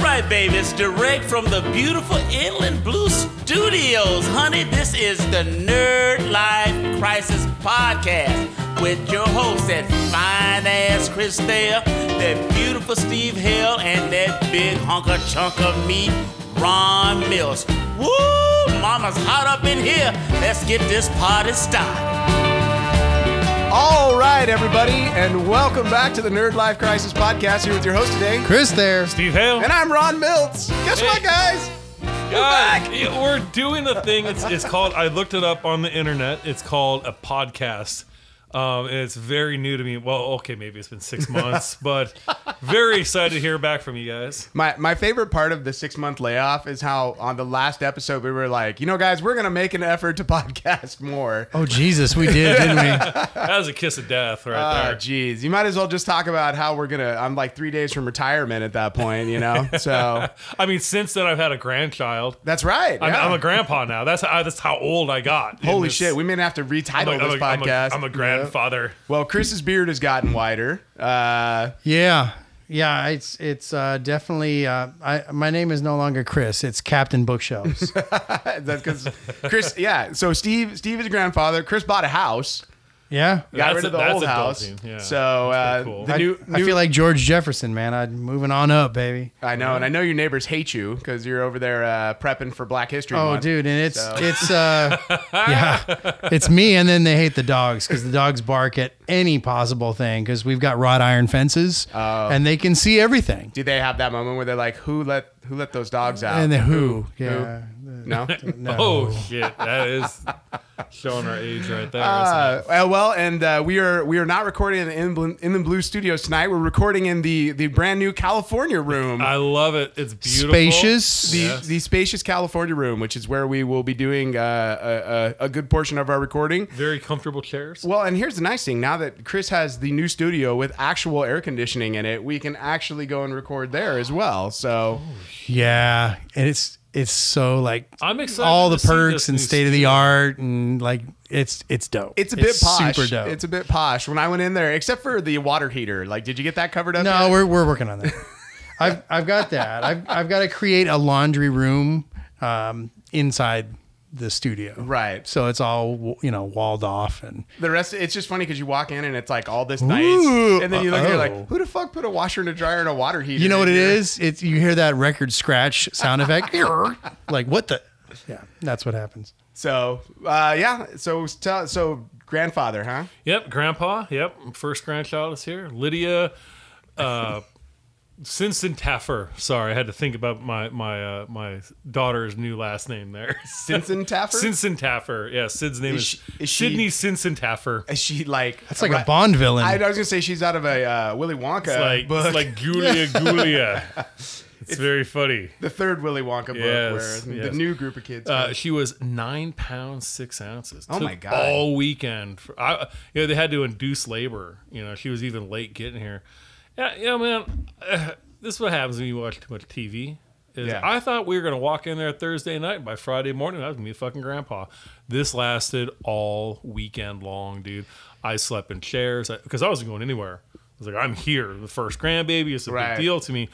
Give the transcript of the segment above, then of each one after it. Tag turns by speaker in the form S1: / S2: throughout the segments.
S1: right, baby. It's direct from the beautiful Inland Blue Studios. Honey, this is the Nerd Life Crisis Podcast with your hosts, that fine ass Chris Thayer, that beautiful Steve Hill, and that big hunker chunk of meat, Ron Mills. Woo! Mama's hot up in here. Let's get this party started.
S2: All right, everybody, and welcome back to the Nerd Life Crisis podcast. Here with your host today,
S3: Chris there.
S4: Steve Hale.
S2: and I'm Ron Miltz. Guess
S4: Hey.
S2: what, guys?
S4: Guys, yeah, we're doing a thing. It's, it's called, I looked it up on the internet. It's called a podcast. Um, and it's very new to me. Well, okay, maybe it's been six months, but very excited to hear back from you guys.
S2: My my favorite part of the six month layoff is how on the last episode we were like, you know, guys, we're gonna make an effort to podcast more.
S3: Oh Jesus, we did, didn't we?
S4: That was a kiss of death right
S2: Ah,
S4: there.
S2: jeez, you might as well just talk about how we're gonna. I'm like three days from retirement at that point, you know. So
S4: I mean, since then, I've had a grandchild.
S2: that's right.
S4: I'm,
S2: yeah.
S4: I'm a grandpa now. That's how, that's how old I got. in
S2: Holy
S4: this-
S2: shit, we may have to retitle
S4: I'm a, I'm,
S2: this
S4: a, I'm a-
S2: podcast.
S4: I'm a grandfather.
S2: Well, Chris's beard has gotten wider. Uh,
S3: Yeah, yeah. It's it's uh, definitely. Uh, I my name is no longer Chris. It's Captain Bookshelves.
S2: That's because Chris, yeah. So Steve, Steve is a grandfather. Chris bought a house,
S3: Yeah.
S2: got
S4: That's
S2: rid of
S4: a-
S2: the
S4: that's
S2: old house.
S4: adulting, yeah.
S2: so uh,
S4: That's pretty cool.
S2: the
S3: I,
S2: new,
S3: I
S2: new-
S3: feel like George Jefferson, man. I'm moving on up, baby.
S2: I know, and I know your neighbors hate you because you're over there uh, prepping for Black History
S3: Oh,
S2: Month.
S3: dude, and it's
S2: So-
S3: it's uh, yeah, it's me, and then they hate the dogs because the dogs bark at any possible thing because we've got wrought iron fences and they can see everything.
S2: Do they have that moment where they're like, "Who let who let those dogs out?"
S3: And the who, yeah,
S2: no.
S3: no.
S4: Oh, shit. That is showing our age right there. isn't it?
S2: Uh, uh, well, and uh, we are we are not recording in the Inland, Inland Blue Studios tonight. We're recording in the the brand new California room.
S4: I love it. It's beautiful.
S3: spacious.
S2: the,
S4: Yes.
S2: the spacious California room, which is where we will be doing uh, a, a, a good portion of our recording.
S4: Very comfortable chairs.
S2: Well, and here's the nice thing. Now that Chris has the new studio with actual air conditioning in it, we can actually go and record there as well. So,
S3: Yeah, and it's it's so like
S4: I'm excited
S3: all the
S4: to see
S3: perks
S4: this
S3: and
S4: new
S3: state of the art and like it's it's dope.
S2: it's a bit posh.
S3: Super dope.
S2: It's a bit posh. When I went in there, except for the water heater. Like, did you get that covered up?
S3: no,
S2: yet?
S3: we're we're working on that. I've I've got that. I've I've got to create a laundry room um, inside the studio.
S2: Right.
S3: So it's all you know walled off and
S2: the rest. It's just funny because you walk in and it's like all this nice,
S3: Ooh,
S2: and then you look and you're
S3: uh-oh.
S2: like, who the fuck put a washer and a dryer and a water heater?
S3: you know
S2: in
S3: what it
S2: here?
S3: is? It's you hear that record scratch sound effect. like what the Yeah, that's what happens.
S2: So, uh, yeah. So, tell- so grandfather, huh?
S4: Yep, grandpa. Yep, first grandchild is here. Lydia uh Sinson Taffer. Sorry, I had to think about my my uh, my daughter's new last name there.
S2: Sinson Taffer.
S4: Sinson Taffer. Yeah, Sid's name
S2: Is
S4: is,
S2: she- is she-
S4: Sydney Sinson Taffer.
S2: Is she like?
S3: It's like a Bond villain.
S2: I, I was gonna say she's out of a uh, Willy Wonka
S4: It's like
S2: book.
S4: it's like Julia Julia. It's, very funny.
S2: the third Willy Wonka
S4: Yes,
S2: book, where the
S4: yes.
S2: new group of kids.
S4: Uh, she was nine pounds six ounces.
S2: Oh
S4: Took
S2: my God.
S4: All weekend, for, I, you know, they had to induce labor. You know, she was even late getting here. Yeah, yeah, man. Uh, this is what happens when you watch too much TV. Is
S2: Yeah.
S4: I thought we were gonna walk in there Thursday night and by Friday morning. I was gonna be fucking grandpa. This lasted all weekend long, dude. I slept in chairs because I, wasn't going anywhere. I was like, I'm here. The first grandbaby. It's a
S2: Right.
S4: big deal to me.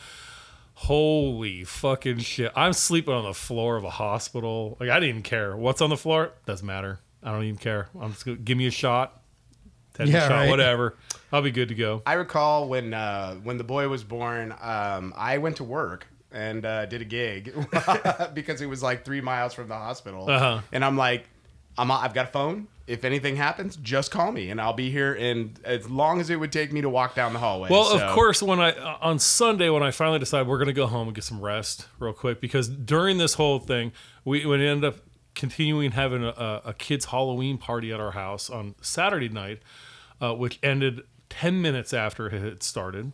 S4: Holy fucking shit. I'm sleeping on the floor of a hospital. Like, I didn't care. What's on the floor? Doesn't matter. I don't even care. I'm just going to give me a shot. Tetanus
S3: Yeah,
S4: shot,
S3: right.
S4: whatever. I'll be good to go.
S2: I recall when uh, when the boy was born, um, I went to work and uh, did a gig because it was like three miles from the hospital,
S4: Uh-huh.
S2: and I'm like, I'm I've got a phone. If anything happens, just call me, and I'll be here. And as long as it would take me to walk down the hallway.
S4: Well,
S2: So-
S4: of course, when I uh, on Sunday when I finally decided we're gonna go home and get some rest real quick because during this whole thing we would end up continuing having a, a, a kids Halloween party at our house on Saturday night, uh, which ended ten minutes after it had started.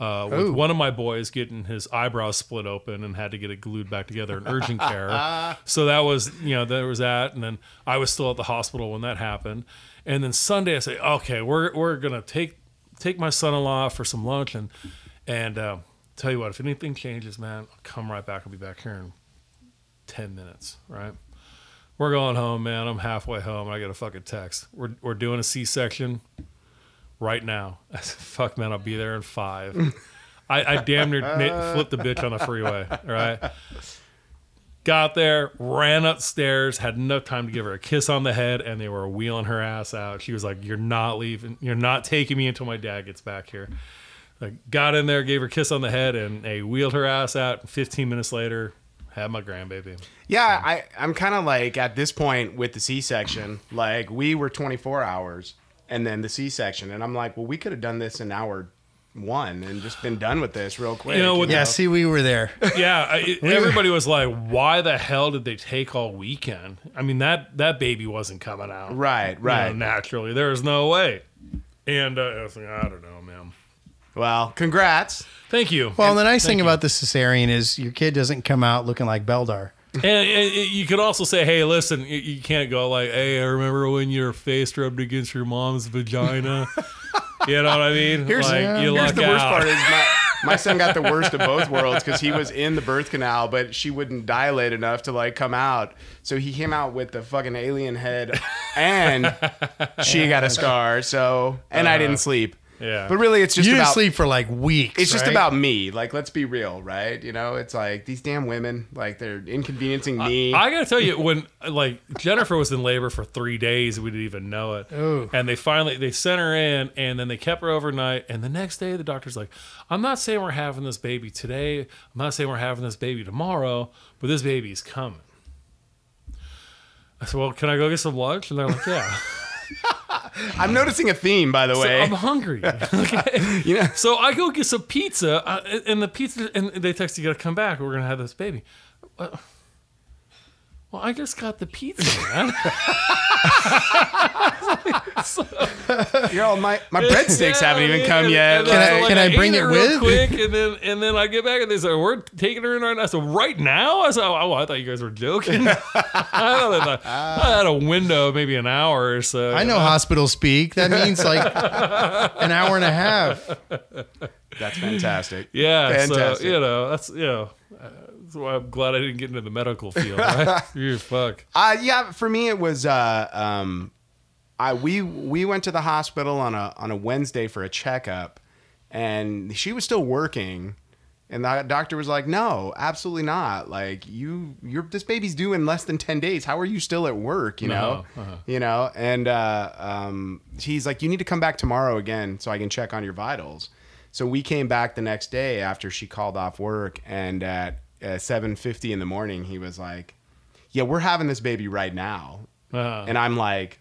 S4: Uh, with one of my boys getting his eyebrows split open and had to get it glued back together in urgent care. So that was, you know, there was that. And then I was still at the hospital when that happened. And then Sunday I say, okay, we're, we're going to take take my son-in-law for some lunch and and uh, tell you what if anything changes man i'll come right back i'll be back here in 10 minutes right we're going home man i'm halfway home and i get a fucking text we're, we're doing a c-section right now i said fuck man i'll be there in five I, I damn near na- flipped the bitch on the freeway. All right. Got there, ran upstairs, had enough time to give her a kiss on the head, and they were wheeling her ass out. She was like, You're not leaving. You're not taking me until my dad gets back here. Like, got in there, gave her a kiss on the head, and they wheeled her ass out. 15 minutes later, had my grandbaby.
S2: Yeah, I, I'm kind of like at this point with the C section, like we were 24 hours and then the C section. And I'm like, well, we could have done this in hour one and just been done with this real quick.
S4: You know, what
S3: Yeah, see, we were there.
S4: yeah, I, it- everybody was like, "Why the hell did they take all weekend?" I mean that that baby wasn't coming out
S2: Right,
S4: you know,
S2: right.
S4: naturally. There was no way. And uh, I, was like, I don't know, man.
S2: well, congrats.
S4: Thank you.
S3: Well,
S4: and,
S3: the nice thing about the cesarean is your kid doesn't come out looking like Beldar.
S4: and- and you could also say, "Hey, listen, you, you can't go like, hey, I remember when your face rubbed against your mom's vagina." you know what I mean?
S2: Here's,
S4: like,
S2: here's
S4: you luck
S2: the worst
S4: out.
S2: part is my, my son got the worst of both worlds because he was in the birth canal, but she wouldn't dilate enough to like come out. So he came out with the fucking alien head and she got a scar. So, and I didn't sleep.
S4: yeah.
S2: But really, it's just
S3: you didn't
S2: about
S3: sleep for like weeks.
S2: it's just
S3: right?
S2: about me. Like, let's be real, right? You know, it's like these damn women, like they're inconveniencing me.
S4: I gotta tell you, when like Jennifer was in labor for three days, we didn't even know it.
S3: Ooh.
S4: And they finally they sent her in, and then they kept her overnight. And the next day, the doctor's like, "I'm not saying we're having this baby today. I'm not saying we're having this baby tomorrow, but this baby's coming." I said, "Well, can I go get some lunch?" And they're like, "Yeah."
S2: I, am noticing a theme, by the
S4: So
S2: way.
S4: I'm hungry. okay. So I go get some pizza, uh, and the pizza, and they text you got to come back. We're gonna have this baby. Uh, Well, I just got the pizza, man.
S2: You're all my my breadsticks
S4: Yeah,
S2: haven't
S4: I
S2: even
S4: mean,
S2: come
S4: and-
S2: yet.
S4: and then,
S3: I-
S4: like,
S3: can I
S4: ate
S3: bring it with?
S4: real Quick, and then and then I get back and they said we're taking her in right now. So right now, I said, oh, I thought you guys were joking. I, thought I, thought- I had a window, of maybe an hour or so.
S3: I know hospital speak. That means like an hour and a half.
S2: That's fantastic.
S4: Yeah,
S2: Fantastic.
S4: so you know that's you know uh, that's why I'm glad I didn't get into the medical field. Right? you fuck.
S2: Uh, yeah, for me it was uh, um, I we we went to the hospital on a on a Wednesday for a checkup, and she was still working, and the doctor was like, "No, absolutely not. Like you, you're this baby's due in less than ten days. How are you still at work? You know,
S4: Uh-huh, uh-huh.
S2: you know." And uh, um, he's like, "You need to come back tomorrow again so I can check on your vitals." So we came back the next day after she called off work, and at uh, seven fifty in the morning, he was like yeah, we're having this baby right now.
S4: Uh,
S2: And I'm like,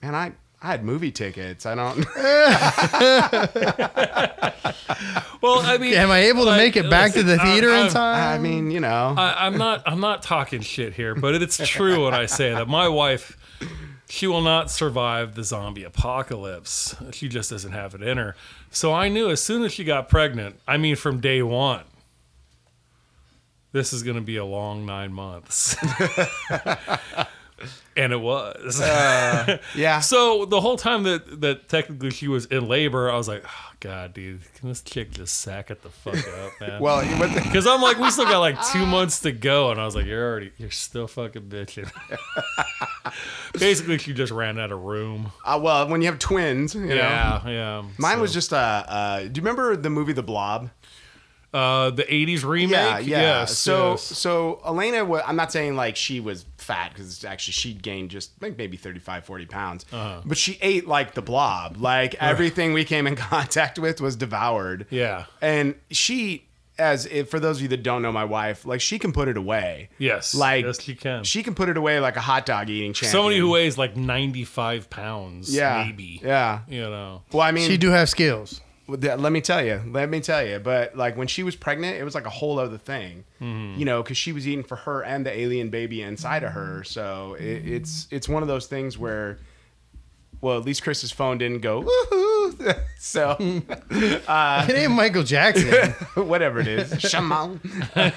S2: man, I, I had movie tickets. I don't.
S4: well, I mean,
S3: Am I able to
S4: like,
S3: make it back to the
S4: listen,
S3: theater
S4: I'm-
S3: in time?
S2: I mean, you know.
S4: I, I'm not I'm not talking shit here, but it's true when I say that my wife, she will not survive the zombie apocalypse. She just doesn't have it in her. So I knew as soon as she got pregnant, I mean from day one, this is going to be a long nine months. and it was.
S2: yeah.
S4: So the whole time that that technically she was in labor, I was like, oh, God, dude, can this chick just sack it the fuck up, man?
S2: well, what the-
S4: Because I'm like, we still got like two months to go, and I was like, you're already, you're still fucking bitching. Basically, she just ran out of room.
S2: uh, well, when you have twins, you know.
S4: Yeah, yeah.
S2: Mine was
S4: so-
S2: just, uh, uh, do you remember the movie The Blob?
S4: uh, the '80s remake.
S2: Yeah, yeah.
S4: Yes,
S2: so,
S4: yes.
S2: so Elena, wa I'm not saying like she was fat because actually she gained just like maybe 35, 40 pounds,
S4: Uh-huh.
S2: but she ate like the blob. Like everything we came in contact with was devoured.
S4: Yeah.
S2: And she, as if, for those of you that don't know my wife, like she can put it away.
S4: Yes,
S2: Like
S4: yes, she can.
S2: She can put it away like a hot dog eating champion.
S4: somebody who weighs like 95 pounds.
S2: yeah,
S4: maybe.
S2: yeah.
S4: You know.
S2: Well, I mean,
S3: She do have skills.
S2: well, that- let me tell you let me tell you but like when she was pregnant it was like a whole other thing
S4: Mm-hmm.
S2: you know because she was eating for her and the alien baby inside of her so it, it's it's one of those things where well at least chris's phone didn't go woohoo so
S3: it ain't Michael Jackson.
S2: whatever it is shaman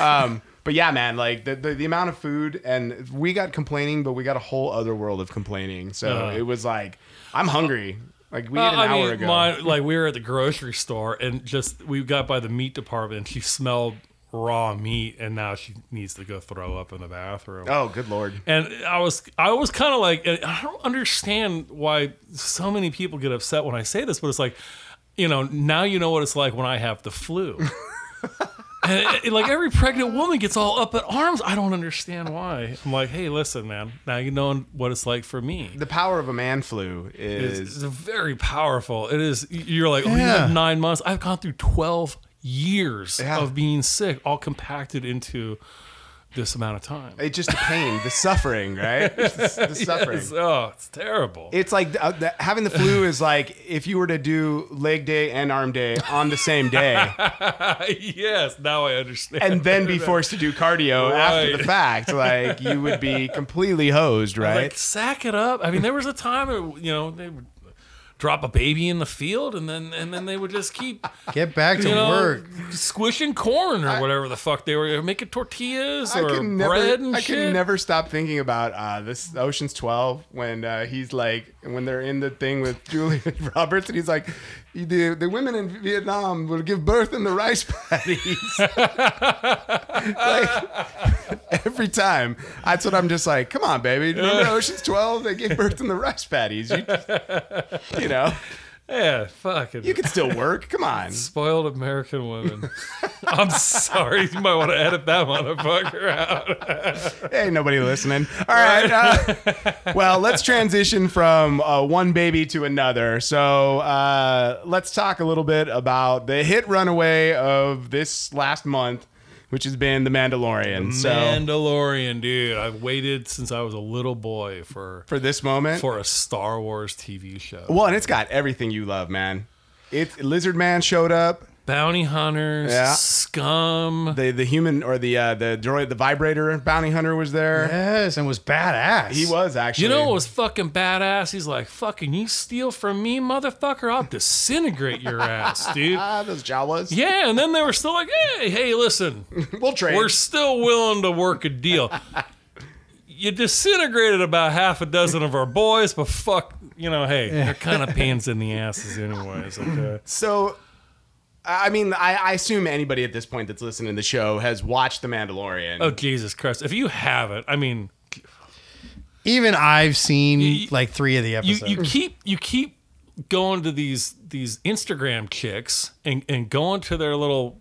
S2: um but yeah, man, like the, the, the amount of food, and we got complaining, but we got a whole other world of complaining. So
S4: Uh.
S2: it was like, I'm hungry. Like we
S4: Uh,
S2: ate an
S4: I
S2: hour
S4: mean,
S2: ago.
S4: my- like we were at the grocery store, and just we got by the meat department, and she smelled raw meat, and now she needs to go throw up in the bathroom.
S2: oh, good lord.
S4: And I was, I was kind of like, I don't understand why so many people get upset when I say this, but it's like, you know, now you know what it's like when I have the flu. and it- it- like every pregnant woman gets all up at arms. I don't understand why. I'm like, hey, listen, man. Now you know what it's like for me.
S2: The power of a man flu
S4: It's,
S2: is,
S4: it's very powerful. It is. You're like, oh, you
S3: Yeah.
S4: have nine months. I've gone through twelve years
S2: Yeah.
S4: of being sick, all compacted into this amount of time.
S2: it's just the pain, the suffering, right? It's the suffering.
S4: It's, oh, it's terrible.
S2: It's like uh, the, having the flu is like if you were to do leg day and arm day on the same day,
S4: yes, now I understand.
S2: and then be forced to do cardio after the
S4: Right.
S2: fact, like you would be completely hosed, right?
S4: like sack it up. I mean, there was a time, where, you know, they would drop a baby in the field, and then and then they would just keep
S3: Get back to
S4: you know
S3: work.
S4: squishing corn or whatever the fuck they were making tortillas or bread and
S2: I
S4: shit.
S2: can never stop thinking about uh, this Ocean's Twelve when uh, he's like when they're in the thing with Julia Roberts and he's like the the women in Vietnam will give birth in the rice paddies. like every time, that's what I'm just like. Come on, baby. Remember Ocean's Twelve? They gave birth in the rice paddies. You, you know,
S4: yeah, fucking
S2: you can still work. Come on.
S4: spoiled American women. I'm sorry, you might want to edit that motherfucker out.
S2: Ain't nobody listening. All right. Uh, well, let's transition from uh, one baby to another. So uh, let's talk a little bit about the hit runaway of this last month, which has been The Mandalorian. So
S4: Mandalorian, dude. I've waited since I was a little boy for
S2: for this moment,
S4: for a Star Wars TV show.
S2: well, and it's got everything you love, man. It Lizard Man showed up.
S4: Bounty hunters,
S2: Yeah.
S4: scum.
S2: The the human or the uh, the droid, the vibrator bounty hunter was there.
S3: Yes, and was badass.
S2: He was actually.
S4: You know what was fucking badass? He's like, fucking, you steal from me, motherfucker, I'll disintegrate your ass, dude.
S2: Ah, those Jawas.
S4: Yeah, and then they were still like, hey, hey, listen,
S2: We'll trade.
S4: we're still willing to work a deal. You disintegrated about half a dozen of our boys, but fuck, you know, hey, they're kind of pains in the asses, anyways. Okay.
S2: So, I I mean, I, I assume anybody at this point that's listening to the show has watched The Mandalorian.
S4: Oh, Jesus Christ. If you haven't, I mean,
S3: Even I've seen
S4: You-
S3: like three of the
S4: you,
S3: episodes.
S2: Hmm.
S4: you keep you keep going to these these Instagram chicks and and going to their little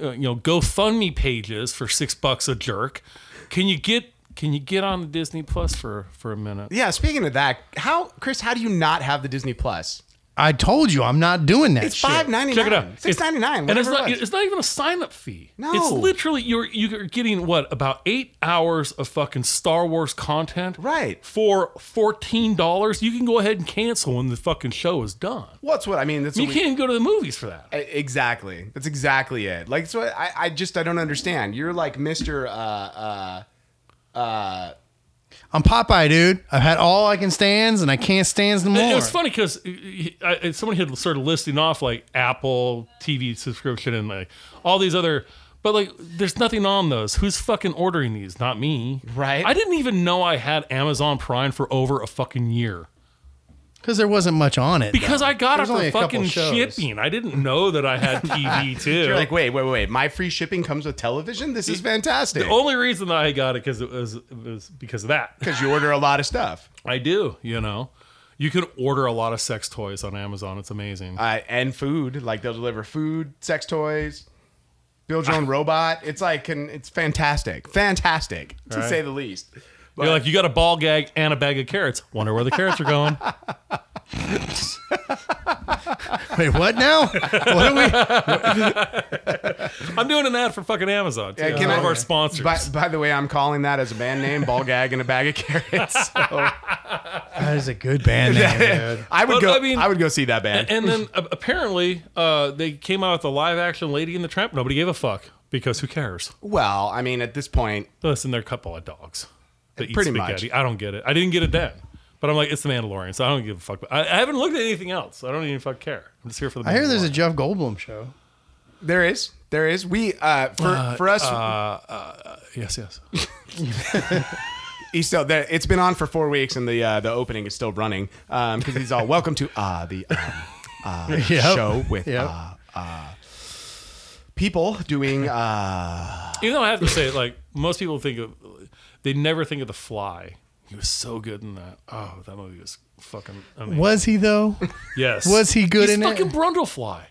S4: uh, you know GoFundMe pages for six bucks a jerk. Can you get can you get on the Disney Plus for for a minute?
S2: Yeah, speaking of that, how Chris, how do you not have the Disney Plus?
S3: I told you I'm not doing that
S2: It's
S3: shit.
S2: five ninety nine.
S4: Check it out.
S2: Six ninety nine.
S4: And it's not it's not even a sign up fee.
S2: No.
S4: It's literally you're you're getting what about 8 hours of fucking Star Wars content
S2: Right.
S4: for $14. You can go ahead and cancel when the fucking show is done.
S2: What's what I mean? That's
S4: You
S2: what we-
S4: can't even go to the movies for that.
S2: E- Exactly. That's exactly it. Like, so I, I just, I don't understand. You're like Mr. Uh, uh,
S3: I'm Popeye, dude. I've had all I can stands, and I can't stands no more.
S4: It was funny because someone had started listing off like Apple TV subscription and like all these other, but like there's nothing on those. Who's fucking ordering these? Not me,
S2: Right.
S4: I didn't even know I had Amazon Prime for over a fucking year
S3: because there wasn't much on it.
S4: because
S3: though.
S4: I got
S3: There's only
S4: it for
S3: a couple
S4: fucking
S3: shows.
S4: shipping. I didn't know that I had TV too.
S2: you're like, wait, wait, wait. My free shipping comes with television? This is fantastic.
S4: the only reason that I got it because it was, it was because of that.
S2: Because you order a lot of stuff.
S4: I do, you know. You can order a lot of sex toys on Amazon. It's amazing.
S2: uh, and food. Like they'll deliver food, sex toys, build your own robot. It's like can, it's fantastic, fantastic to
S4: Right.
S2: say the least. But
S4: You're like, you got a ball gag and a bag of carrots. Wonder where the carrots are going.
S3: Wait, what now? what are we?
S4: I'm doing an ad for fucking Amazon. Too.
S2: Yeah, can
S4: one
S2: I-
S4: of our sponsors.
S2: by, by the way, I'm calling that as a band name, ball gag and a bag of carrots. So,
S3: That is a good band name, dude.
S2: I would
S4: But,
S2: go. I,
S4: I mean-
S2: would go see that band.
S4: and then uh, apparently uh, they came out with a live action Lady in the Tramp. Nobody gave a fuck because who cares?
S2: well, I mean, at this point,
S4: Listen, they're a couple of dogs that eat
S2: Pretty much.
S4: spaghetti. I don't get it. I didn't get it then. But I'm like, it's the Mandalorian, so I don't give a fuck. I, I haven't looked at anything else. I don't even fuck care. I'm just here for the.
S3: I hear there's a
S4: Mandalorian.
S3: Jeff Goldblum show.
S2: there is, there is. We uh, for for us,
S4: yes, yes.
S2: he's still there. It's been on for four weeks, and the uh, the opening is still running because he's all welcome to uh, the um, uh, show with
S3: Yep.
S2: uh, people doing uh
S4: Even though I have to say, like most people think of, they never think of the Fly. He was so good in that. Oh, that movie was fucking. I mean,
S3: Was he though?
S4: Yes.
S3: was he good
S4: He's
S3: in it?
S4: fucking Oh, Brundlefly.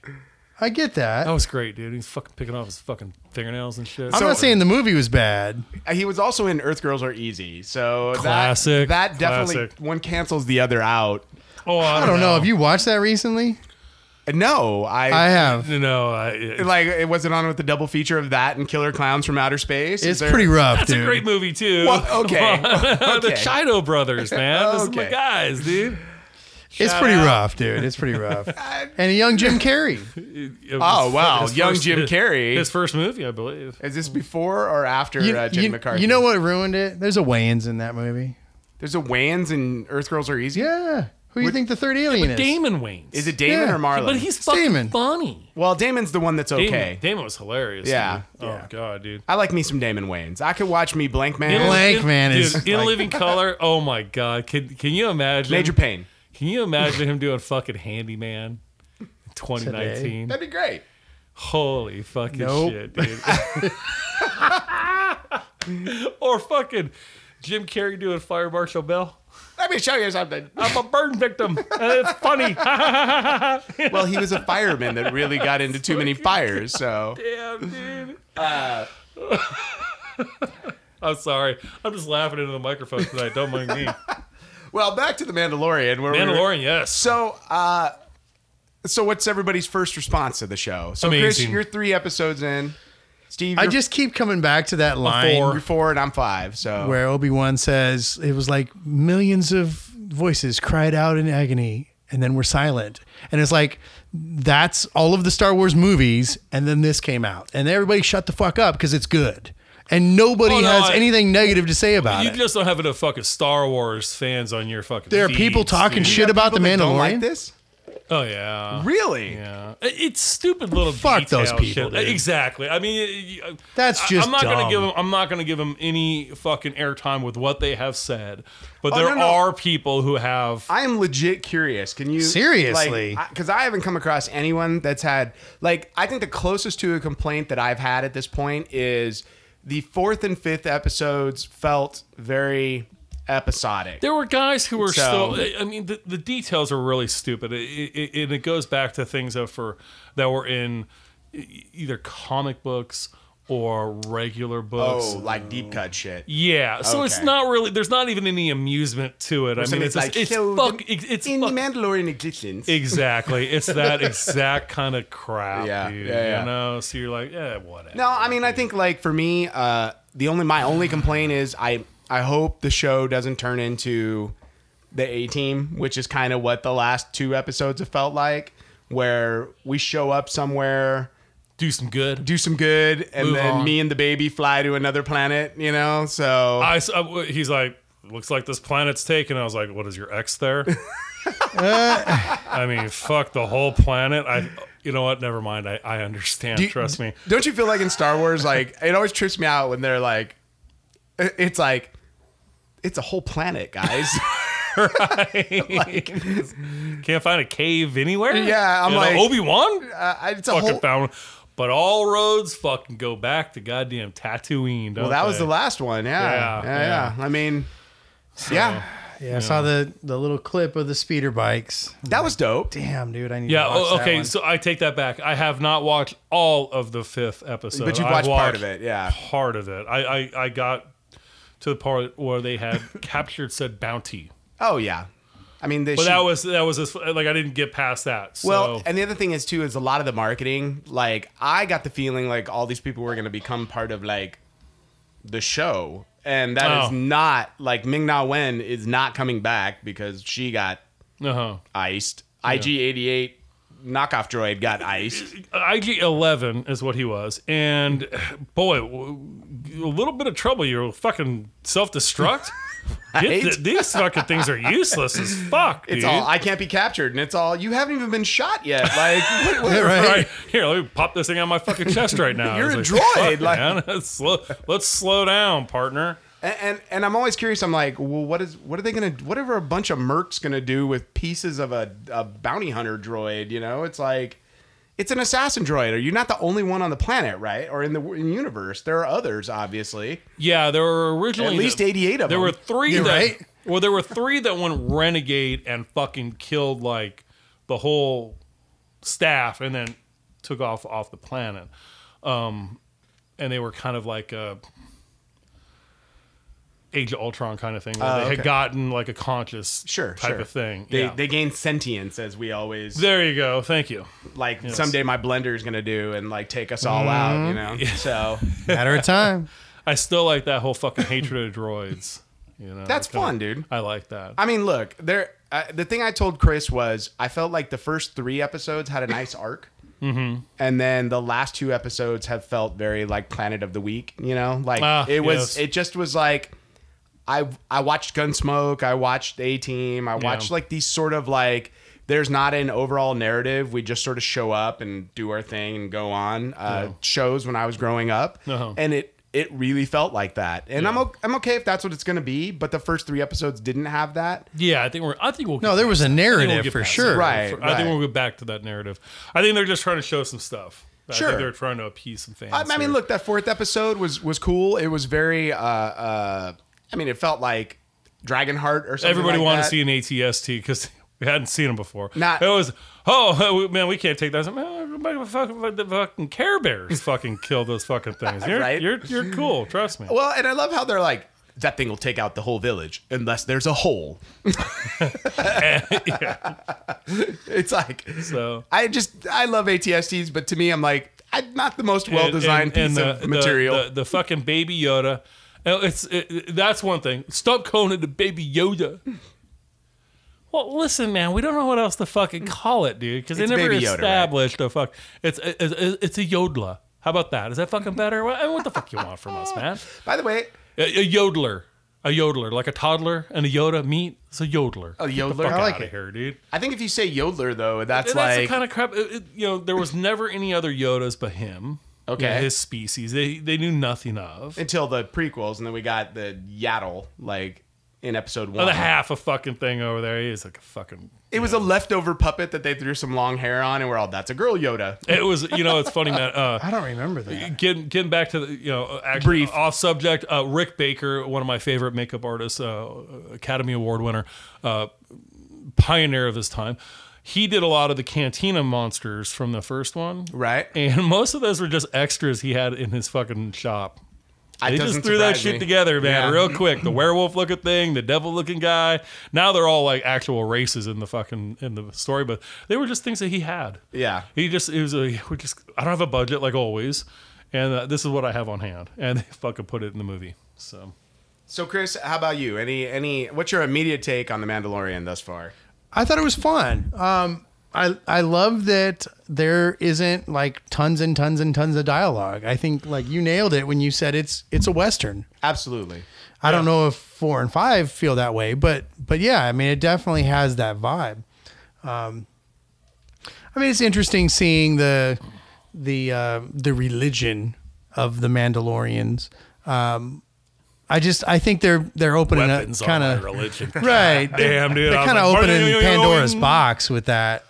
S3: I get that.
S4: That was great, dude. He's fucking picking off his fucking fingernails and shit.
S3: I'm
S2: So-
S3: not saying the movie was bad.
S2: He was also in Earth Girls Are Easy, so that-
S4: Classic,
S2: That, definitely
S4: classic.
S2: one cancels the other out.
S4: oh,
S3: I don't know. Have you watched that recently?
S2: And No,
S3: I
S2: I,
S3: have.
S4: No, I, it,
S2: like it wasn't on with the double feature of that and Killer Clowns from Outer Space. Is
S3: It's
S2: there-
S3: pretty rough,
S4: that's
S3: dude.
S4: a great movie too.
S2: Well, okay,
S4: the
S2: okay.
S4: Shido brothers, man. This is my
S2: Okay.
S4: guys, dude.
S3: it's
S4: Shout
S3: pretty
S4: out.
S3: rough, dude. It's pretty rough. and a young Jim Carrey.
S4: It was
S2: Oh, wow.
S4: his
S2: Young Jim Carrey.
S4: His first movie, I believe.
S2: Is this before or after uh, Jenny McCarthy?
S3: you know what ruined it? There's a Wayans in that movie.
S2: There's a Wayans and Earth Girls Are Easy.
S3: Yeah. Who do you think the third alien is?
S4: Damon Wayans.
S2: Is it Damon
S3: Yeah.
S2: or Marlon?
S4: But he's fucking
S3: Damon.
S4: funny.
S2: well, Damon's the one that's okay.
S4: Damon, Damon was hilarious.
S2: Yeah.
S4: dude. Oh
S2: Yeah.
S4: god, dude.
S2: I like me some Damon Wayans. I could watch me Blank Man,
S3: Blank- Man
S4: dude,
S3: is
S4: in
S2: like-
S4: living color. Oh my god, can can you imagine?
S2: Major Pain.
S4: Can you imagine him doing fucking handyman? in 2019.
S2: That'd be great.
S4: Holy fucking
S3: Nope.
S4: shit, dude. or fucking Jim Carrey doing Fire Marshal Bell.
S2: Let me show you something.
S4: I'm a burn victim. and it's funny.
S2: Well, he was a fireman that really got into too
S3: Oh
S2: many fires. So
S4: Damn, dude. I'm sorry. I'm just laughing into the microphone tonight. Don't mind me.
S2: Well, back to the Mandalorian. Where we were-
S4: Mandalorian, yes.
S2: so, uh, so what's everybody's first response to the show? So, Chris,
S4: Amazing.
S2: you're three episodes in. Steve,
S3: I
S2: you're
S3: just keep coming back to that line
S4: four.
S2: you're four, and I'm five.
S4: Oh.
S2: So,
S3: where Obi Wan says it was like millions of voices cried out in agony, and then we're silent. And it's like that's all of the Star Wars movies, and then this came out, and everybody shut the fuck up because it's good, and nobody
S4: Oh, no,
S3: has
S4: I-
S3: anything negative to say about
S4: You
S3: it.
S4: just don't have enough fucking Star Wars fans on your fucking.
S3: There are people
S4: feeds,
S3: talking
S4: dude.
S3: shit about the
S2: People that
S3: Mandalorian.
S2: Don't like this?
S4: Oh yeah.
S2: Really?
S4: Yeah, It- it's stupid little
S3: Fuck
S4: detail
S3: those people,
S4: shit.
S3: dude.
S4: Exactly. I mean, y- y-
S3: That's
S4: I-
S3: just
S4: I'm not
S3: dumb.
S4: gonna give them. I'm not gonna give them any fucking airtime with what they have said. But
S2: Oh,
S4: there
S2: no, no.
S4: are people who have.
S2: I am legit curious. Can you
S3: Seriously?
S2: Because I haven't come across anyone that's had like I think the closest to a complaint that I've had at this point is the fourth and fifth episodes felt very episodic.
S4: there were guys who were
S2: So-
S4: still. I mean, the, the details are really stupid, it, it, it, and it goes back to things that for that were in e- either comic books or regular books.
S2: Oh, like deep cut shit.
S4: Yeah, so it's
S2: Okay.
S4: not really. There's not even any amusement to it. I mean,
S2: Something's
S4: it's just, it's
S2: "So
S4: fuck.
S2: the-
S4: It's it's
S2: in
S4: fuck-
S2: the Mandalorian existence.
S4: Exactly. It's that exact kind of crap,
S2: Yeah,
S4: dude.
S2: yeah, yeah.
S4: You know, so you're like, yeah, whatever.
S2: No, I mean I think like for me, uh, the only my only complaint is I I hope the show doesn't turn into the A team, which is kind of what the last two episodes have felt like, where we show up somewhere,
S4: do some good.
S2: do some good, and
S4: Move
S2: then
S4: on.
S2: me and the baby fly to another planet, you know? So
S4: I, s- I- he's like, looks like this planet's taken. I was like, what is your ex there? I mean, fuck the whole planet. I, you know what? Never mind. I, I understand. Trust me.
S2: Don't you feel like in Star Wars, like it always trips me out when they're like, it- it's like, it's a whole planet, guys.
S4: Can't find a cave anywhere.
S2: Yeah, I'm
S4: You know,
S2: like-
S4: Obi Wan.
S2: uh, it's a
S4: Fucking
S2: whole.
S4: found. one. But all roads fucking go back to goddamn Tatooine.
S2: Well, that was the last one. Yeah.
S4: Yeah,
S2: Yeah. yeah. I mean, yeah.
S3: yeah, I saw the the little clip of the speeder bikes.
S2: That was dope.
S3: Damn, dude, I need.
S4: Yeah.
S3: To watch
S4: Oh,
S3: that
S4: okay.
S3: one.
S4: So I take that back. I have not watched all of the fifth episode,
S2: But you've
S4: I've
S2: watched part of it, yeah.
S4: Part of it. I I, I got to the part where they had captured said bounty,
S2: Oh yeah. I mean, this.
S4: but that was that was as, like I didn't get past that. So.
S2: well, and the other thing is too is a lot of the marketing. Like I got the feeling like all these people were going to become part of like the show, and that is
S4: Oh.
S2: not like Ming Na Wen is not coming back because she got
S4: uh huh.
S2: iced. IG88 knockoff droid got iced.
S4: IG eleven is what he was, and boy, w- a little bit of trouble. You're fucking self destruct.
S2: Right?
S4: these fucking things are useless as fuck.
S2: It's
S4: dude.
S2: all I can't be captured, and it's all you haven't even been shot yet. Like what, what-
S3: Yeah, right.
S4: Right here, let me pop this thing on my fucking chest right now.
S2: You're
S4: It's
S2: a
S4: like,
S2: droid,
S4: fuck,
S2: like-
S4: man. Let's slow, let's slow down, partner.
S2: And, and and I'm always curious. I'm like, well, what is what are they gonna what are a bunch of mercs gonna do with pieces of a, a bounty hunter droid? You know, it's like it's an assassin droid. Are you not the only one on the planet, right? Or in the w- in universe, there are others, obviously.
S4: Yeah, there were originally
S2: At least 88 of
S4: There
S2: them.
S4: were three
S3: Yeah,
S4: that
S3: right?
S4: Well, there were three that went renegade and fucking killed like the whole staff, and then took off off the planet. Um, and they were kind of like a Age of Ultron kind of thing. Where they
S2: Oh, okay.
S4: had gotten like a conscious
S2: Sure,
S4: type
S2: sure.
S4: of thing.
S2: They
S4: yeah.
S2: they gain sentience as we always
S4: there you go. Thank you.
S2: like someday my blender is gonna do and like take us
S4: Mm-hmm.
S2: all out, you know. So
S3: Matter of time.
S4: I still like that whole fucking hatred of droids. You know,
S2: That's
S4: kinda-
S2: fun, dude.
S4: I like that.
S2: I mean, look, there. Uh, the thing I told Chris was I felt like the first three episodes had a nice arc, mm-hmm. and then the last two episodes have felt very like Planet of the Week. You know, like
S4: Ah,
S2: it was.
S4: yes.
S2: It just was like I I watched Gunsmoke, I watched A Team, I watched like these sort of like there's not an overall narrative. We just sort of show up and do our thing and go on. Uh, Shows when I was growing up,
S4: Uh-huh.
S2: and it it really felt like that. And I'm o- I'm okay if that's what it's going to be. But the first three episodes didn't have that.
S4: yeah, I think we're. I think we'll.
S3: No, there was a narrative
S4: get
S3: for
S4: past
S3: sure.
S4: it.
S2: Right,
S4: For- I
S2: right.
S4: think we'll get back to that narrative. I think they're just trying to show some stuff. I
S2: Sure.
S4: think they're trying to appease some fans.
S2: I, I mean,
S4: here.
S2: look, that fourth episode was was cool. It was very. Uh, uh, I mean, it felt like Dragonheart or something.
S4: everybody
S2: like
S4: wanted
S2: that.
S4: to see an ATST because we hadn't seen them before.
S2: Not-
S4: it was oh man, we can't take that. I said, Man, everybody fucking the fucking Care Bears fucking kill those fucking things. You're,
S2: Right?
S4: you're you're cool. Trust me.
S2: Well, and I love how they're like that thing will take out the whole village unless there's a hole. It's like
S4: So
S2: I just I love ATSTs, but to me, I'm like I'm not the most well designed
S4: and-
S2: piece
S4: and
S2: of material.
S4: The, the fucking baby Yoda. Uh, It's it, it- that's one thing. Stop calling it the baby Yoda. Well, listen, man. We don't know what else to fucking call it, dude. Because they
S2: It's
S4: never
S2: Baby Yoda, right?
S4: established a fuck. It's it's, it's it's a yodler. How about that? Is that fucking better? What, I mean, what the fuck you want from us, man?
S2: By the way,
S4: A, a yodeler, a yodeler, like a toddler and a Yoda meet. It's a yodeler.
S2: A
S4: Get the
S2: oh, yodeler?
S4: fuck
S2: I like
S4: outta
S2: it.
S4: here, dude.
S2: I think if you say yodeler though, that's,
S4: And that's
S2: like
S4: the kind of crap. it- it- you know, there was never any other Yodas but him.
S2: Okay.
S4: You know, his species. They they knew nothing of.
S2: until the prequels, and then we got the yaddle like in episode one.
S4: Oh, the half a fucking thing over there. He is like a fucking.
S2: It was a leftover puppet that they threw some long hair on, and we're all that's a girl Yoda.
S4: It was you know it's funny man. Uh,
S3: I don't remember that.
S4: getting getting back to the you know actually
S2: Brief.
S4: off subject. Uh, Rick Baker, one of my favorite makeup artists, uh, Academy Award winner, uh, pioneer of his time. He did a lot of the Cantina monsters from the first one,
S2: Right.
S4: And most of those were just extras he had in his fucking shop.
S2: I
S4: They just threw that shit together,
S2: Yeah.
S4: man, real quick. The werewolf looking thing, the devil looking guy. Now they're all like actual races in the fucking in the story, but they were just things that he had.
S2: Yeah.
S4: He just it was a we just I don't have a budget like always, and uh, this is what I have on hand, and they fucking put it in the movie. So
S2: So Chris, how about you? Any any what's your immediate take on the Mandalorian thus far?
S3: I thought it was fun. Um, I I love that there isn't like tons and tons and tons of dialogue. I think like you nailed it when you said it's it's a western.
S2: Absolutely.
S3: I don't know if four and five feel that way, but but yeah, I mean, it definitely has that vibe. Um, I mean, it's interesting seeing the the uh, the religion of the Mandalorians. Um, I just I think they're they're opening up
S4: weapons
S3: kind
S4: are
S3: of
S4: my religion.
S3: right.
S4: Damn, dude.
S3: They're
S4: I was
S3: kind of
S4: like, "Where
S3: opening
S4: you going?"
S3: Pandora's box with that.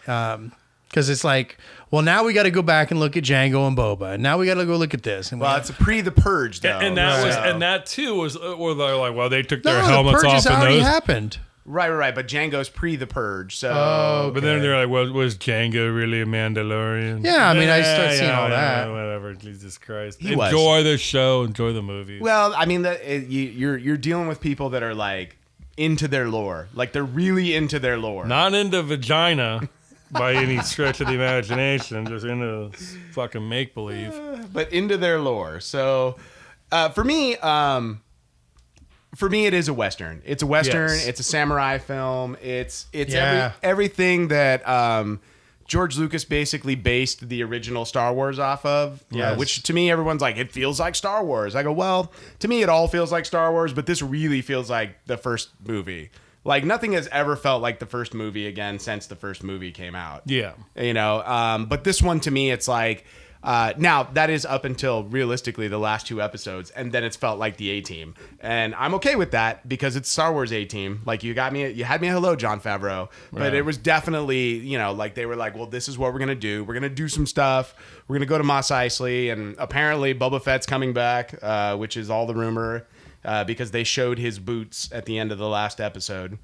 S3: Because it's like, well, now we got to go back and look at Django and Boba. And now we got to go look at this. And we
S2: Well,
S3: gotta-
S2: it's a pre the purge though.
S4: And that was
S2: so-
S4: and that too was uh, where they're like, well, they took
S3: no,
S4: their
S3: the
S4: helmets
S3: purge
S4: off
S3: has
S4: and
S3: already
S4: those.
S3: happened.
S2: right, right, right. But Django's pre the purge, so
S4: But then they're like, "Well, was Django really a Mandalorian?"
S3: Yeah, I mean, I start seeing all that.
S4: Whatever, Jesus Christ.
S2: He was.
S4: enjoy the show, enjoy the movie.
S2: well, I mean, that it, you, you're you're dealing with people that are like into their lore, like they're really into their lore.
S4: Not into vagina by any stretch of the imagination, just into this fucking make believe.
S2: but into their lore. So uh, for me, um, for me, it is a western. It's a western.
S4: Yes.
S2: It's a samurai film. It's it's
S3: Yeah.
S2: every, everything that um, George Lucas basically based the original Star Wars off of. uh,
S3: Yes.
S2: which to me, everyone's like, it feels like Star Wars. I go, well, to me, it all feels like Star Wars, but this really feels like the first movie. Like nothing has ever felt like the first movie again since the first movie came out
S4: Yeah.
S2: you know um, but this one to me it's like uh, now that is up until realistically the last two episodes and then it's felt like the a team and i'm okay with that because it's star wars a team like you got me you had me at hello john favreau but
S4: Yeah.
S2: it was definitely you know like they were like well this is what we're gonna do we're gonna do some stuff we're gonna go to moss isley and apparently boba fett's coming back uh, which is all the rumor uh, because they showed his boots at the end of the last episode.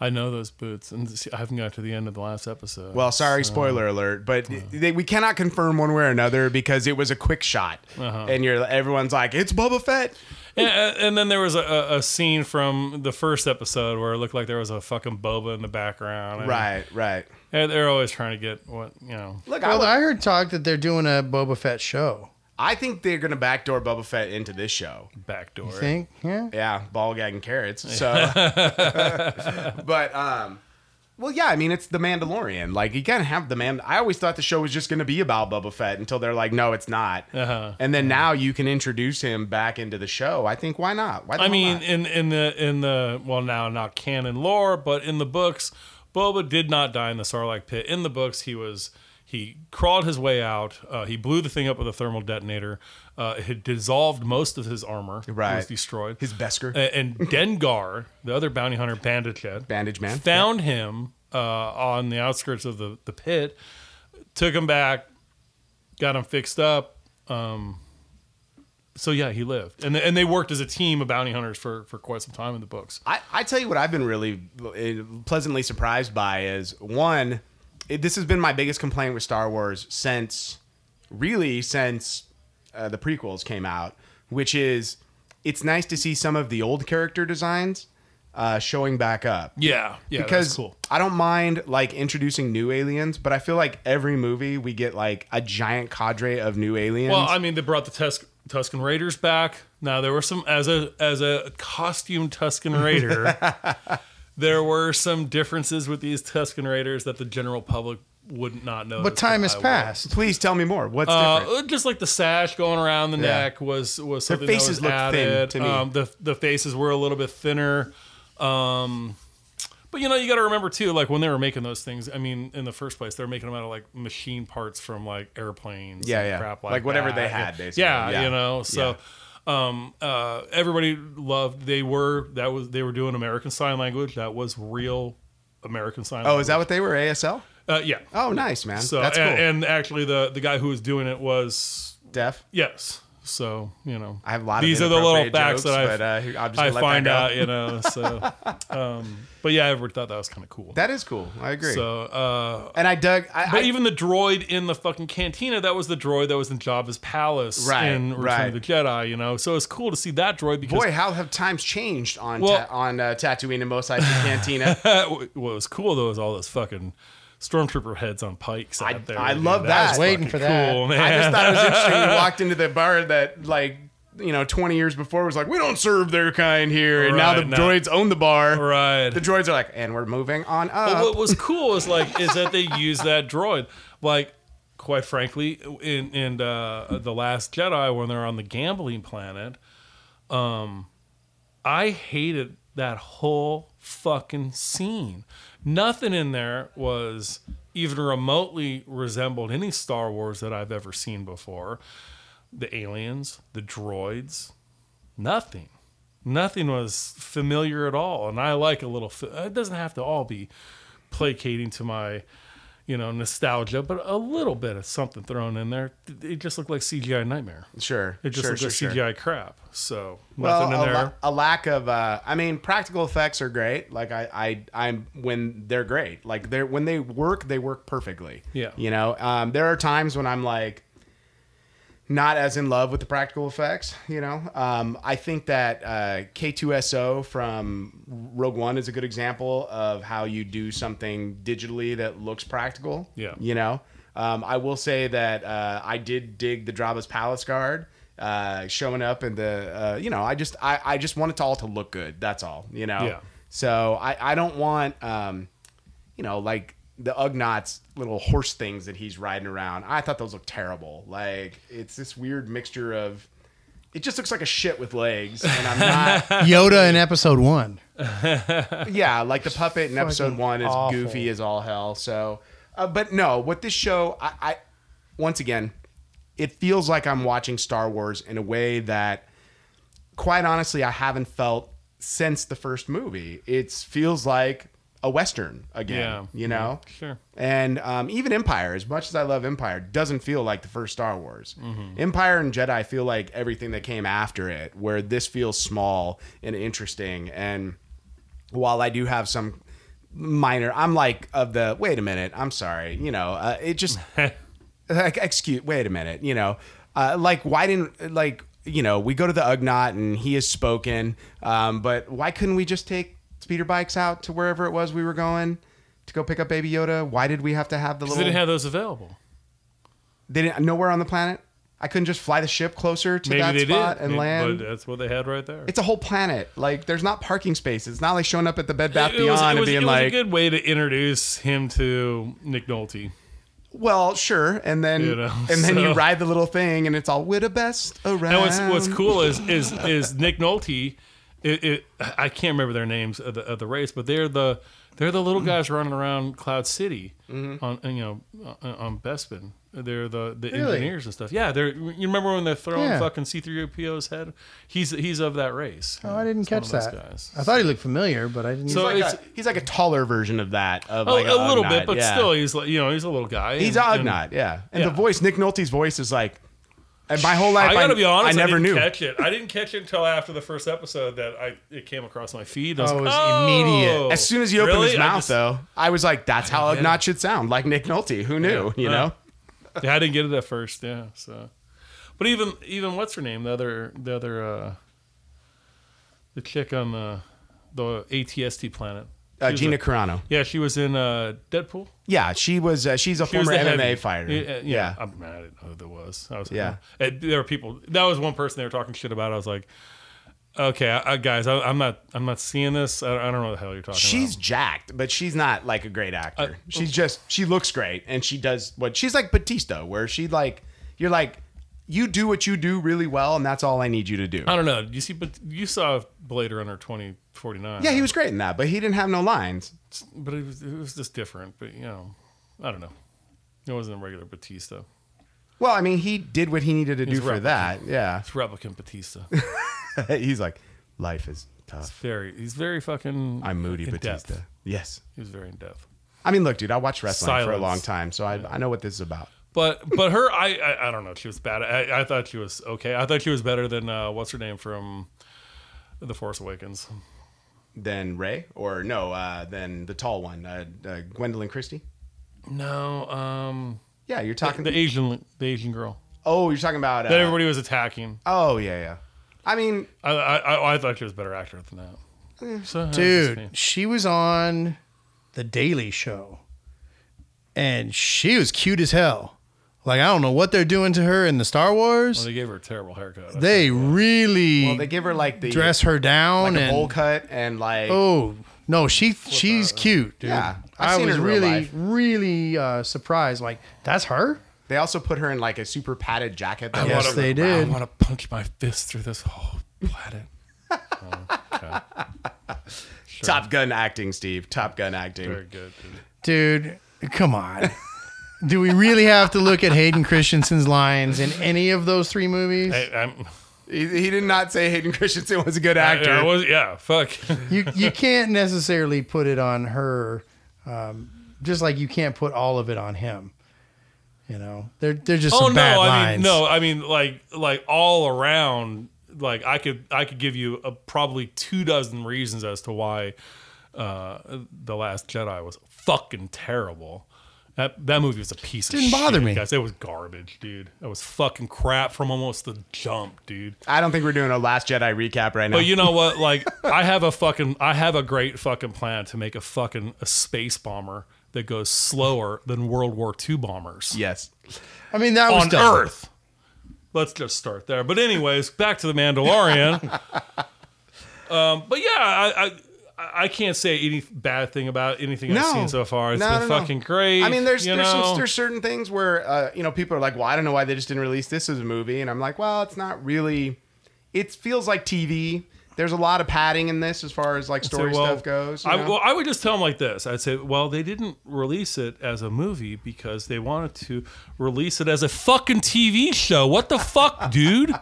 S4: I know those boots, and see, I haven't got to the end of the last episode.
S2: Well, sorry,
S4: so-
S2: spoiler alert, but they, we cannot confirm one way or another because it was a quick shot,
S4: Uh-huh.
S2: and you're everyone's like, "It's Boba Fett."
S4: And, and then there was a, a, a scene from the first episode where it looked like there was a fucking boba in the background. And
S2: Right, right.
S4: and they're always trying to get what you know.
S2: Look, I,
S3: Well,
S2: would-
S3: I heard talk that they're doing a Boba Fett show.
S2: I think they're gonna backdoor Boba Fett into this show.
S4: Backdoor.
S3: I think. Yeah.
S2: Yeah, ball gagging carrots. So, but um, well, yeah. I mean, it's the Mandalorian. Like you can't have the man. I always thought the show was just going to be about Boba Fett until they're like, no, it's not.
S4: Uh-huh.
S2: And then now you can introduce him back into the show. I think why not? Why the
S4: I
S2: hell
S4: mean,
S2: not?
S4: in in the in the well now not canon lore, but in the books, Boba did not die in the Sarlacc pit. In the books, he was he crawled his way out. Uh, he blew the thing up with a thermal detonator. Uh, it had dissolved most of his armor. it was
S2: Right.
S4: destroyed.
S2: his Besker
S4: A- and Dengar, the other bounty hunter, bandit kid,
S2: bandage man.
S4: found him uh, on the outskirts of the, the pit, took him back, got him fixed up. Um, so yeah, he lived, and and they worked as a team of bounty hunters for for quite some time in the books.
S2: I, I tell you what I've been really uh, pleasantly surprised by is one, it, this has been my biggest complaint with Star Wars since, really since uh, the prequels came out, which is it's nice to see some of the old character designs uh, showing back up.
S4: Yeah, yeah,
S2: because
S4: that's cool.
S2: I don't mind like introducing new aliens, but I feel like every movie we get like a giant cadre of new aliens.
S4: Well, I mean, they brought the Tus- Tuscan Raiders back. Now there were some as a as a costume Tuscan Raider. there were some differences with these Tuscan Raiders that the general public would not know.
S3: But time has passed.
S2: Please tell me more. What's different?
S4: Uh, just like the sash going around the neck was was something
S2: faces
S4: that was
S2: looked thin
S4: added.
S2: to me.
S4: Um, the the faces were a little bit thinner. Um, but you know, you got to remember too, like when they were making those things. I mean, in the first place, they were making them out of like machine parts from like airplanes.
S2: Yeah,
S4: and
S2: yeah.
S4: crap like,
S2: Like, whatever
S4: that.
S2: they had,
S4: Yeah.
S2: basically.
S4: Yeah,
S2: Yeah.
S4: you know. So, um, uh, everybody loved. They were that was they were doing American Sign Language. That was real American Sign.
S2: oh,
S4: Language.
S2: is that what they were? ASL?
S4: Uh, yeah.
S2: Oh, nice man.
S4: So
S2: That's cool.
S4: and, and actually, the the guy who was doing it was
S2: Deaf.
S4: Yes. So you know,
S2: I have a lot of
S4: These are the little
S2: inappropriate
S4: facts
S2: jokes,
S4: that
S2: but, uh, here- I'm
S4: I
S2: just gonna
S4: I
S2: let that
S4: find
S2: go.
S4: out. You know, so um, but yeah, Edward thought that was kind of cool.
S2: That is cool. I agree.
S4: so, uh,
S2: and I dug. I,
S4: but
S2: I-
S4: even the droid in the fucking cantina, that was the droid that was in Jabba's palace
S2: Right,
S4: in Return
S2: right.
S4: of the Jedi. You know, so it's cool to see that droid because
S2: boy, how have times changed on
S4: Well-
S2: ta- on uh, Tatooine and Mos Eisley Cantina?
S4: that, what was cool though is all those fucking stormtrooper heads on pikes out
S2: I-
S4: there.
S2: I
S4: dude.
S2: love that. I was
S4: was
S3: waiting
S4: fucking
S3: for that.
S4: Cool,
S2: I
S4: man.
S2: just thought it was interesting. We walked into the bar that like you know 20 years before was like we don't serve their kind here, and now
S4: Right,
S2: the
S4: no.
S2: droids own the bar.
S4: right.
S2: The droids are like, and we're moving on
S4: But
S2: up.
S4: what was cool is like is that they used that droid. Like, quite frankly, in in uh, the Last Jedi when they're on the gambling planet, um, I hated that whole fucking scene. Nothing in there was even remotely resembled any Star Wars that I've ever seen before. The aliens, the droids, nothing nothing was familiar at all and i like a little fa- it doesn't have to all be placating to my you know nostalgia but a little bit of something thrown in there it just looked like cgi nightmare
S2: Sure,
S4: it just
S2: sure,
S4: looked
S2: sure,
S4: like
S2: sure.
S4: cgi crap so
S2: Well,
S4: nothing in
S2: a,
S4: there
S2: la- a lack of, uh, I mean, practical effects are great. Like I, I, I'm when they're great. Like they're when they work, they work perfectly.
S4: Yeah.
S2: You know, um, there are times when I'm like, not as in love with the practical effects. You know, um, I think that uh, K2SO from Rogue One is a good example of how you do something digitally that looks practical.
S4: Yeah.
S2: You know, um, I will say that uh, I did dig the Jabba's palace guard uh, showing up, and the uh, you know, I just I, I just want it all to look good. That's all. You know.
S4: Yeah.
S2: So I I don't want. Um, you know, like the Ugnaughts little horse things that he's riding around. I thought those looked terrible. Like it's this weird mixture of it just looks like a shit with legs. And I'm not
S3: Yoda in episode one.
S2: yeah, like the puppet in episode
S3: Fucking
S2: one is
S3: awful.
S2: goofy as all hell. So uh, but no, what this show I, I once again, it feels like I'm watching Star Wars in a way that quite honestly I haven't felt since the first movie. It feels like a western again.
S4: Yeah.
S2: You know.
S4: Sure.
S2: And um, even Empire, as much as I love Empire, doesn't feel like the first Star Wars. Empire and Jedi feel like everything that came after it, where this feels small and interesting. And while I do have some minor, I'm like of the wait a minute, I'm sorry, you know, uh, it just like excuse, wait a minute, you know, uh, like why didn't like you know we go to the Ugnaught and he is spoken, um, but why couldn't we just take speeder bikes out to wherever it was we were going? To go pick up Baby Yoda, why did we have to have the little?
S4: They didn't have those available.
S2: they didn't nowhere on the planet. I couldn't just fly the ship closer to
S4: Maybe
S2: that
S4: they
S2: spot
S4: did,
S2: and
S4: Maybe-
S2: land.
S4: But uh, that's what they had right there.
S2: it's a whole planet. Like there's not parking spaces. It's not like showing up at the Bed Bath
S4: It- it
S2: Beyond
S4: was- it
S2: and
S4: was-
S2: being
S4: it was
S2: like,
S4: a good way to introduce him to Nick Nolte.
S2: Well, sure, and then
S4: You know,
S2: and then you
S4: so-
S2: ride the little thing, and it's all with the best around.
S4: And what's what's cool is is is Nick Nolte. It, it, I can't remember their names of the, of the race, but they're the they're the little guys running around Cloud City
S3: Mm-hmm.
S4: on you know on- on Bespin. They're the, the engineers and stuff. Yeah, they're you remember when they're throwing
S3: Yeah.
S4: fucking C3PO's head? He's he's of that race.
S3: Oh, I didn't
S4: He's one
S3: catch
S4: of those
S3: that.
S4: guys.
S3: I thought he looked familiar, but I didn't.
S4: So-
S2: He's like, a,
S4: it's-
S2: he's like a taller version of that. Of
S4: Oh,
S2: like
S4: a little
S2: Ugnaught,
S4: bit, but
S2: yeah.
S4: still, he's like you know he's a little guy.
S2: he's an
S4: and- and-
S2: Ugnaught, yeah. And the
S4: yeah.
S2: voice, Nick Nolte's voice, is like. And my whole life,
S4: I gotta be
S2: I
S4: honest,
S2: never
S4: didn't
S2: knew.
S4: Catch it? I didn't catch it until after the first episode that I it came across my feed. I was
S3: Oh, it
S4: like,
S3: was
S4: "Oh."
S3: immediate.
S2: As soon as he opened
S4: Really?
S2: his
S4: I
S2: mouth,
S4: just-
S2: though, I was like, "That's how Ugnaught should sound, like Nick Nolte." Who knew?
S4: Yeah.
S2: You know?
S4: Yeah, I didn't get it at first. Yeah, so. But even even what's her name? The other the other uh, the chick on the the ATST planet. She
S2: Uh,
S4: was
S2: Gina
S4: a-
S2: Carano.
S4: yeah, she was in uh, Deadpool.
S2: Yeah, she was. Uh, she's a
S4: She was
S2: former
S4: the
S2: MMA
S4: heavy.
S2: fighter.
S4: Yeah, yeah,
S2: yeah.
S4: I'm mad. I didn't know who that was. I was like,
S2: Yeah.
S4: "Oh." And there were people. That was one person they were talking shit about. I was like, okay, I, I, guys, I, I'm not I'm not seeing this. I, I don't know what the hell you're talking about.
S2: She's jacked, but she's not like a
S4: Uh,
S2: great actor. she's just she looks great and she does what she's like Batista, where she like you're like you do what you do really well, and that's all I need you to do.
S4: I don't know. You see, but you saw Blade Runner twenty forty nine.
S2: Yeah, he was great in that, but he didn't have no lines.
S4: but it was it was just different. But you know, I don't know. It wasn't a regular Batista.
S2: Well, I mean, he did what he needed to do
S4: He's
S2: for
S4: replicating.
S2: that. Yeah,
S4: It's replicant Batista.
S2: he's like, life is
S4: It's
S2: tough.
S4: very he's very fucking.
S2: I'm moody
S4: in
S2: Batista.
S4: Depth.
S2: Yes,
S4: He was very in depth.
S2: I mean, look, dude, I watched wrestling for a
S4: Silence.
S2: long time, so I, I know what this is about.
S4: But but her, I I, I don't know. She was bad. I, I thought she was okay. I thought she was better than uh, what's her name from The Force Awakens.
S2: Then Ray, or no, uh, then the tall one, uh, uh, Gwendolyn Christie.
S4: No, um,
S2: Yeah, you're talking.
S4: the Asian the Asian girl
S2: oh, you're talking about. Uh,
S4: that everybody was attacking.
S2: Oh yeah, yeah. I mean,
S4: I I, I, I thought she was a better actor than that.
S2: eh,
S4: So,
S2: Oh,
S4: uh, just me.
S3: Dude, she was on The Daily Show and she was cute as hell. Like, I don't know what they're doing to her in the Star
S4: Well,
S3: Wars.
S4: they gave her a terrible haircut.
S3: They really
S2: well, they give her like the
S3: dress her down
S2: like a
S3: and.
S2: bowl cut and like
S3: oh, no, she she's cute, dude.
S2: uh, Yeah, I've
S3: I
S2: seen
S3: was
S2: her in real
S3: really,
S2: life.
S3: really uh, surprised. Like, that's her?
S2: they also put her in like a super padded jacket.
S4: I
S2: That
S3: Yes,
S4: wanna-
S3: they
S4: I
S3: did.
S4: want to punch my fist through this whole planet.
S2: Top Gun acting, Steve. Top Gun acting.
S4: Very good. dude.
S3: Dude, come on. Do we really have to look at Hayden Christensen's lines in any of those three movies?
S4: Hey, I'm,
S2: He, he did not say Hayden Christensen was a good actor.
S4: yeah, I was, yeah, fuck.
S3: you you can't necessarily put it on her, um, just like you can't put all of it on him. You know, they're they're just
S4: oh
S3: some
S4: no,
S3: bad
S4: I
S3: lines.
S4: mean no, I mean like like all around. Like I could I could give you a, probably two dozen reasons as to why uh, the Last Jedi was fucking terrible. That that movie was a piece of
S3: Didn't bother
S4: shit,
S3: me.
S4: guys. It was garbage, dude. It was fucking crap from almost the jump, dude.
S2: I don't think we're doing a Last Jedi recap right now.
S4: But you know what? Like, I have a fucking, I have a great fucking plan to make a fucking a space bomber that goes slower than World War II bombers
S2: yes.
S3: I mean that was
S4: on
S3: dumb.
S4: Earth. Let's just start there. But anyways, back to the Mandalorian. um, but yeah, I, I I can't say any bad thing about anything I've
S2: No.
S4: seen so far. It's
S2: No, no,
S4: been
S2: no.
S4: fucking great.
S2: I mean, there's
S4: you
S2: there's,
S4: know?
S2: some, there's certain things where uh, you know people are like, well, I don't know why they just didn't release this as a movie, and I'm like, well, it's not really. It feels like TV. There's a lot of padding in this as far as like
S4: Say,
S2: story
S4: well,
S2: stuff goes. you
S4: I,
S2: know?
S4: well, I would just tell them like this. I'd say, well, they didn't release it as a movie because they wanted to release it as a fucking TV show. What the fuck, dude?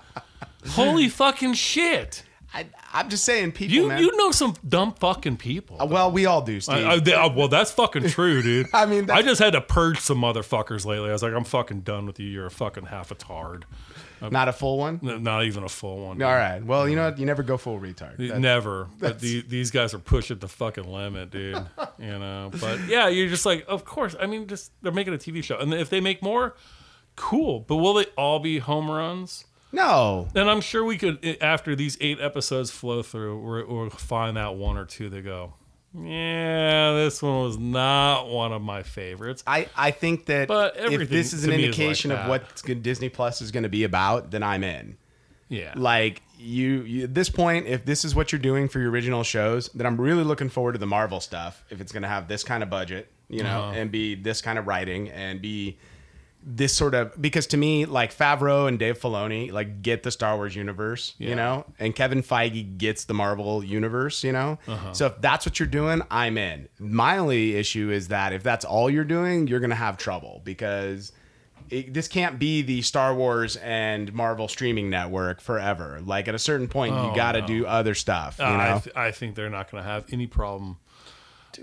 S4: Holy fucking shit!
S2: I, I'm just saying, people,
S4: You
S2: man.
S4: you know some dumb fucking people.
S2: Uh, well, we all do, Steve.
S4: I, I, they- uh, well, that's fucking true, dude.
S2: I mean,
S4: I
S2: that's-
S4: just had to purge some motherfuckers lately. I was like, I'm fucking done with you. You're a fucking half a tard.
S2: Not a full one.
S4: N- Not even a full one.
S2: All right. Well, you know what? You never go full retard. That-
S4: Never. But the, these guys are pushing the fucking limit, dude. you know. But yeah, you're just like, of course. I mean, just they're making a TV show, and if they make more, cool. But will they all be home runs?
S2: no.
S4: And I'm sure we could, i- after these eight episodes flow through, we're, we'll find that one or two that go, yeah, this one was not one of my favorites.
S2: I, I think that
S4: But
S2: if
S4: everything
S2: this is
S4: to
S2: an
S4: me is like
S2: indication
S4: that.
S2: of what good Disney Plus is going to be about, then I'm in.
S4: Yeah.
S2: Like you, you at this point, if this is what you're doing for your original shows, then I'm really looking forward to the Marvel stuff. If it's going to have this kind of budget, you know,
S4: Uh-huh.
S2: and be this kind of writing and be this sort of because to me, like Favreau and Dave Filoni, like get the Star Wars universe,
S4: Yeah.
S2: you know, and Kevin Feige gets the Marvel universe, you know.
S4: Uh-huh.
S2: So if that's what you're doing, I'm in. My only issue is that if that's all you're doing, you're going to have trouble because it, this can't be the Star Wars and Marvel streaming network forever. Like at a certain point, you got to do other stuff. You
S4: Oh, Uh, Ah, I,
S2: know,
S4: th- I think they're not going to have any problem.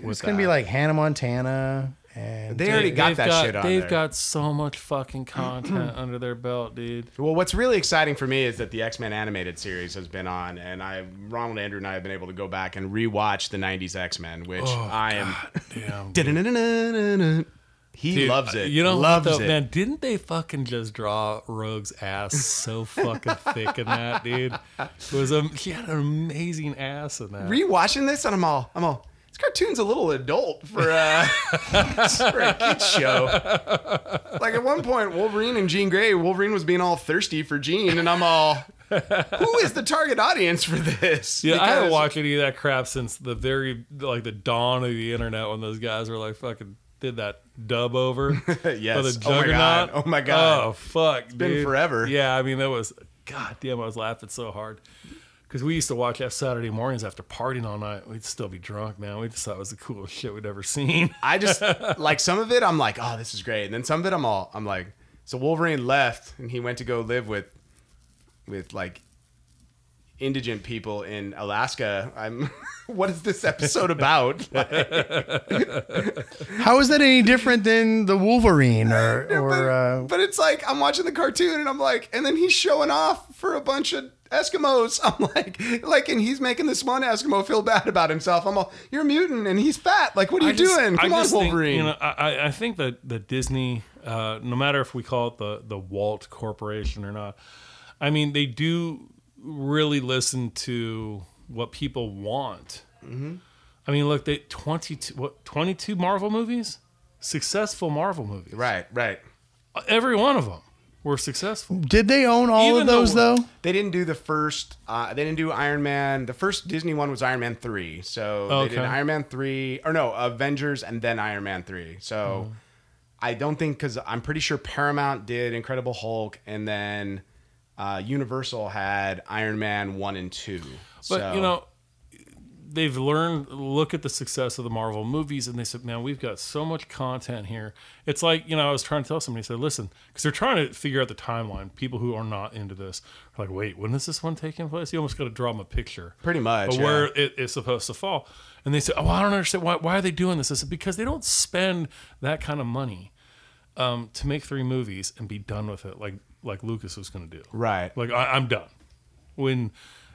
S4: with
S3: It's gonna
S4: that.
S3: be like Hannah Montana and
S2: they already got
S4: They've
S2: that shit on
S4: They've
S2: there.
S4: got so much fucking content under their belt, dude.
S2: well, what's really exciting for me is that the X Men animated series has been on, and I, Ronald Andrew, and I have been able to go back and rewatch the '90s X Men, which
S4: Oh,
S2: I am.
S4: Damn.
S2: Da-da-da-da-da-da. He
S4: Dude, uh,
S2: loves it.
S4: You know,
S2: loves
S4: what, though,
S2: it.
S4: man. Didn't they fucking just draw Rogue's ass so fucking thick in that, dude? It was um, she had an amazing ass in that.
S2: Rewatching this, and I'm all, I'm all. This cartoon's a little adult for uh, for a kids show. Like at one point, Wolverine and Jean Grey, Wolverine was being all thirsty for Jean, and I'm all, who is the target audience for this?
S4: Yeah, I haven't
S2: Because-
S4: watched any of that crap since the very like the dawn of the internet when those guys were like fucking did that dub over.
S2: Yes.
S4: for the
S2: Oh my God.
S4: juggernaut.
S2: Oh my God.
S4: Oh fuck. It's
S2: been forever.
S4: Yeah, I mean that was god damn, I was laughing so hard. Because we used to watch that Saturday mornings after partying all night. We'd still be drunk, man. We just thought it was the coolest shit we'd ever seen.
S2: I just like some of it. I'm like, oh, this is great. And then some of it, I'm all, I'm like, so Wolverine left and he went to go live with, with like, indigent people in Alaska. I'm, what is this episode about? Like,
S3: How is that any different than the Wolverine or
S2: but,
S3: or uh,
S2: but it's like I'm watching the cartoon and I'm like, and then he's showing off for a bunch of. Eskimos, I'm like, like, and he's making this one Eskimo feel bad about himself. I'm all, you're a mutant, and he's fat. Like, what are you
S4: I just-
S2: doing?
S4: I
S2: Come on,
S4: just think,
S2: Wolverine.
S4: you know, I, I- I think that that Disney, uh, no matter if we call it the the Walt Corporation or not, I mean they do really listen to what people want.
S2: Mm-hmm.
S4: I mean, look, they twenty two what twenty two Marvel movies, successful Marvel movies,
S2: right, right.
S4: Every one of them were successful.
S3: did they own all
S4: Even
S3: of those
S4: though-
S3: though?
S2: They didn't do the first. Uh, they didn't do Iron Man. The first Disney one was Iron Man three. So they did
S4: Okay.
S2: Iron Man three, or no, Avengers, and then Iron Man three. So
S4: Hmm.
S2: I don't think because I'm pretty sure Paramount did Incredible Hulk, and then uh, Universal had Iron Man one and two.
S4: But
S2: so,
S4: you know, they've learned. Look at the success of the Marvel movies, and they said, "Man, we've got so much content here." It's like you know, I was trying to tell somebody, I said, "Listen," because they're trying to figure out the timeline. People who are not into this are like, "Wait, when is this one taking place?" You almost got to draw them a picture,
S2: Pretty much,
S4: of
S2: yeah.
S4: where it is supposed to fall. And they said, "Oh, I don't understand why. Why are they doing this?" I said, "Because they don't spend that kind of money." Um, to make three movies and be done with it, like like Lucas was going to do,
S2: Right.
S4: Like I, I'm done when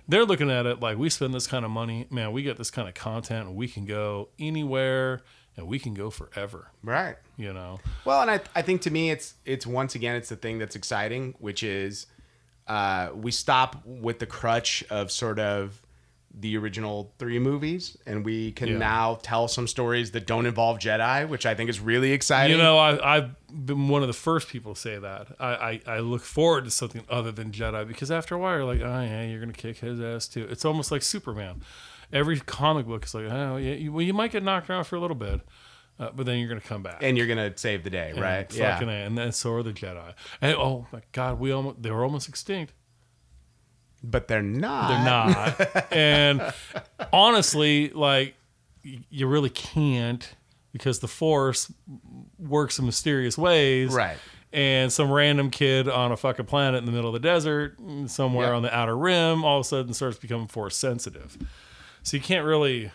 S4: they're looking at it like we spend this kind of money, man, we get this kind of content and we can go anywhere and we can go forever,
S2: right?
S4: you know.
S2: Well, and I, I think to me, it's it's once again, it's the thing that's exciting, which is uh, we stop with the crutch of sort of the original three movies, and we can
S4: Yeah.
S2: now tell some stories that don't involve Jedi, which I think is really exciting.
S4: You know, I, I've been one of the first people to say that. I, I, I look forward to something other than Jedi because after a while, you're like, oh, yeah, you're going to kick his ass too. It's almost like Superman. Every comic book is like, oh, yeah, you, well, you might get knocked around for a little bit, uh, but then you're going to come back.
S2: and you're gonna save the day, right?
S4: And Fucking A, and then so are the Jedi. And oh, my God, we almost, they were almost extinct.
S2: but they're not.
S4: They're not. and honestly, like y- you really can't because the force works in mysterious ways.
S2: Right.
S4: and some random kid on a fucking planet in the middle of the desert, somewhere
S2: Yeah.
S4: on the outer rim, all of a sudden starts becoming force sensitive. So you can't really